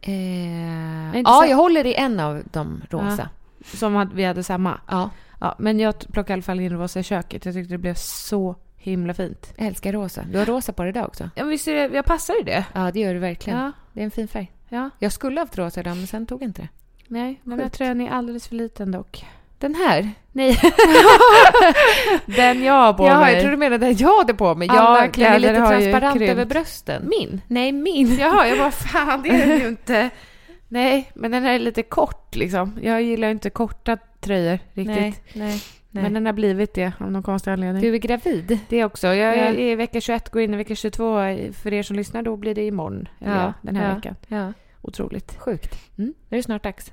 [SPEAKER 1] Eh,
[SPEAKER 2] inte
[SPEAKER 1] ja,
[SPEAKER 2] så-
[SPEAKER 1] jag håller i en av de rosa.
[SPEAKER 2] Som hade- vi hade samma.
[SPEAKER 1] Ja.
[SPEAKER 2] Ja, men jag t- plockade i alla fall in rosa i köket. Jag tyckte det blev så himla fint.
[SPEAKER 1] Jag älskar rosa. Du har rosa på dig idag också.
[SPEAKER 2] Ja, visst är det, jag passar i det?
[SPEAKER 1] Ja, det gör du verkligen.
[SPEAKER 2] Ja.
[SPEAKER 1] Det är en fin färg.
[SPEAKER 2] Ja.
[SPEAKER 1] Jag skulle haft rosa idag, men sen tog jag inte det.
[SPEAKER 2] Nej, den här
[SPEAKER 1] Sjukt.
[SPEAKER 2] tröjan är alldeles för liten dock.
[SPEAKER 1] Den här?
[SPEAKER 2] Nej. den jag har på
[SPEAKER 1] Jaha,
[SPEAKER 2] mig.
[SPEAKER 1] jag tror du menade den jag hade på mig.
[SPEAKER 2] Alla
[SPEAKER 1] Ja, den är
[SPEAKER 2] kläder
[SPEAKER 1] lite
[SPEAKER 2] har ju
[SPEAKER 1] transparent
[SPEAKER 2] krympt.
[SPEAKER 1] över brösten.
[SPEAKER 2] Min?
[SPEAKER 1] Nej,
[SPEAKER 2] [LAUGHS]
[SPEAKER 1] min.
[SPEAKER 2] Jaha, jag bara fan det är den ju inte. Nej, men den här är lite kort liksom. Jag gillar ju inte korta tröjor riktigt.
[SPEAKER 1] Nej, nej, nej.
[SPEAKER 2] Men den har blivit det av någon konstig anledning.
[SPEAKER 1] Du är gravid.
[SPEAKER 2] Det också. Jag är
[SPEAKER 1] Ja.
[SPEAKER 2] i vecka 21, går in i vecka 22. För er som lyssnar då blir det imorgon. Eller ja, den här
[SPEAKER 1] ja,
[SPEAKER 2] veckan.
[SPEAKER 1] Ja.
[SPEAKER 2] Otroligt.
[SPEAKER 1] Sjukt.
[SPEAKER 2] Mm.
[SPEAKER 1] Nu är det snart dags.